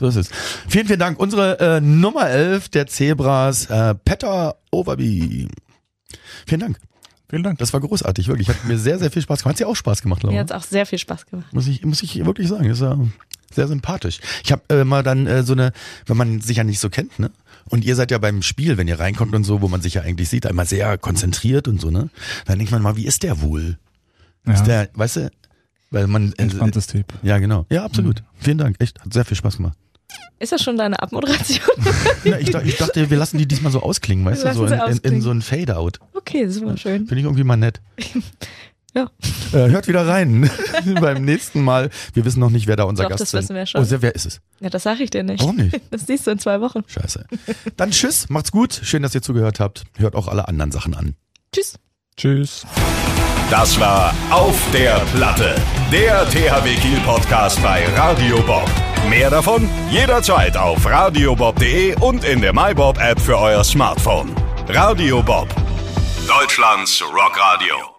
[SPEAKER 2] So ist es. Vielen, vielen Dank. Unsere äh, Nummer 11 der Zebras, äh, Petter Overby. Vielen Dank.
[SPEAKER 4] Vielen Dank.
[SPEAKER 2] Das war großartig, wirklich. Hat mir sehr, sehr viel Spaß gemacht. Hat dir auch Spaß gemacht, Laura?
[SPEAKER 3] Mir hat's auch sehr viel Spaß gemacht.
[SPEAKER 2] Muss ich, muss ich wirklich sagen, ist ja sehr sympathisch. Ich habe äh, mal dann äh, so eine, wenn man sich ja nicht so kennt, ne? Und ihr seid ja beim Spiel, wenn ihr reinkommt und so, wo man sich ja eigentlich sieht, einmal sehr konzentriert und so, ne? Dann denkt man mal, wie ist der wohl?
[SPEAKER 4] Ja,
[SPEAKER 2] Ist der, weißt du, weil man. Äh,
[SPEAKER 4] entspanntes Typ.
[SPEAKER 2] ja, genau. Ja, absolut. Vielen Dank. Echt, hat sehr viel Spaß gemacht.
[SPEAKER 3] Ist das schon deine Abmoderation?
[SPEAKER 2] (laughs) Ja, ich, da- ich dachte, wir lassen die diesmal so ausklingen, weißt
[SPEAKER 3] Wir
[SPEAKER 2] du, so in,
[SPEAKER 3] lassen
[SPEAKER 2] in, in
[SPEAKER 3] sie ausklingen.
[SPEAKER 2] so ein Fade-out.
[SPEAKER 3] Okay, super schön.
[SPEAKER 2] Finde ich irgendwie mal nett.
[SPEAKER 3] (laughs) Ja.
[SPEAKER 2] Äh, hört wieder
[SPEAKER 3] (laughs)
[SPEAKER 2] rein beim nächsten Mal. Wir wissen noch nicht, wer da unser
[SPEAKER 3] Doch,
[SPEAKER 2] Gast
[SPEAKER 3] das
[SPEAKER 2] sind.
[SPEAKER 3] wissen wir schon.
[SPEAKER 2] Oh, wer ist es?
[SPEAKER 3] Ja, das sage ich dir nicht.
[SPEAKER 2] Warum nicht?
[SPEAKER 3] Das siehst du in zwei Wochen.
[SPEAKER 2] Scheiße. Dann tschüss, macht's gut. Schön, dass ihr zugehört habt. Hört auch alle anderen Sachen an.
[SPEAKER 3] Tschüss.
[SPEAKER 4] Tschüss.
[SPEAKER 1] (laughs) Das war Auf der Platte, der THW Kiel Podcast bei Radio Bob. Mehr davon jederzeit auf radiobob.de und in der MyBob App für euer Smartphone. Radio Bob, Deutschlands Rockradio.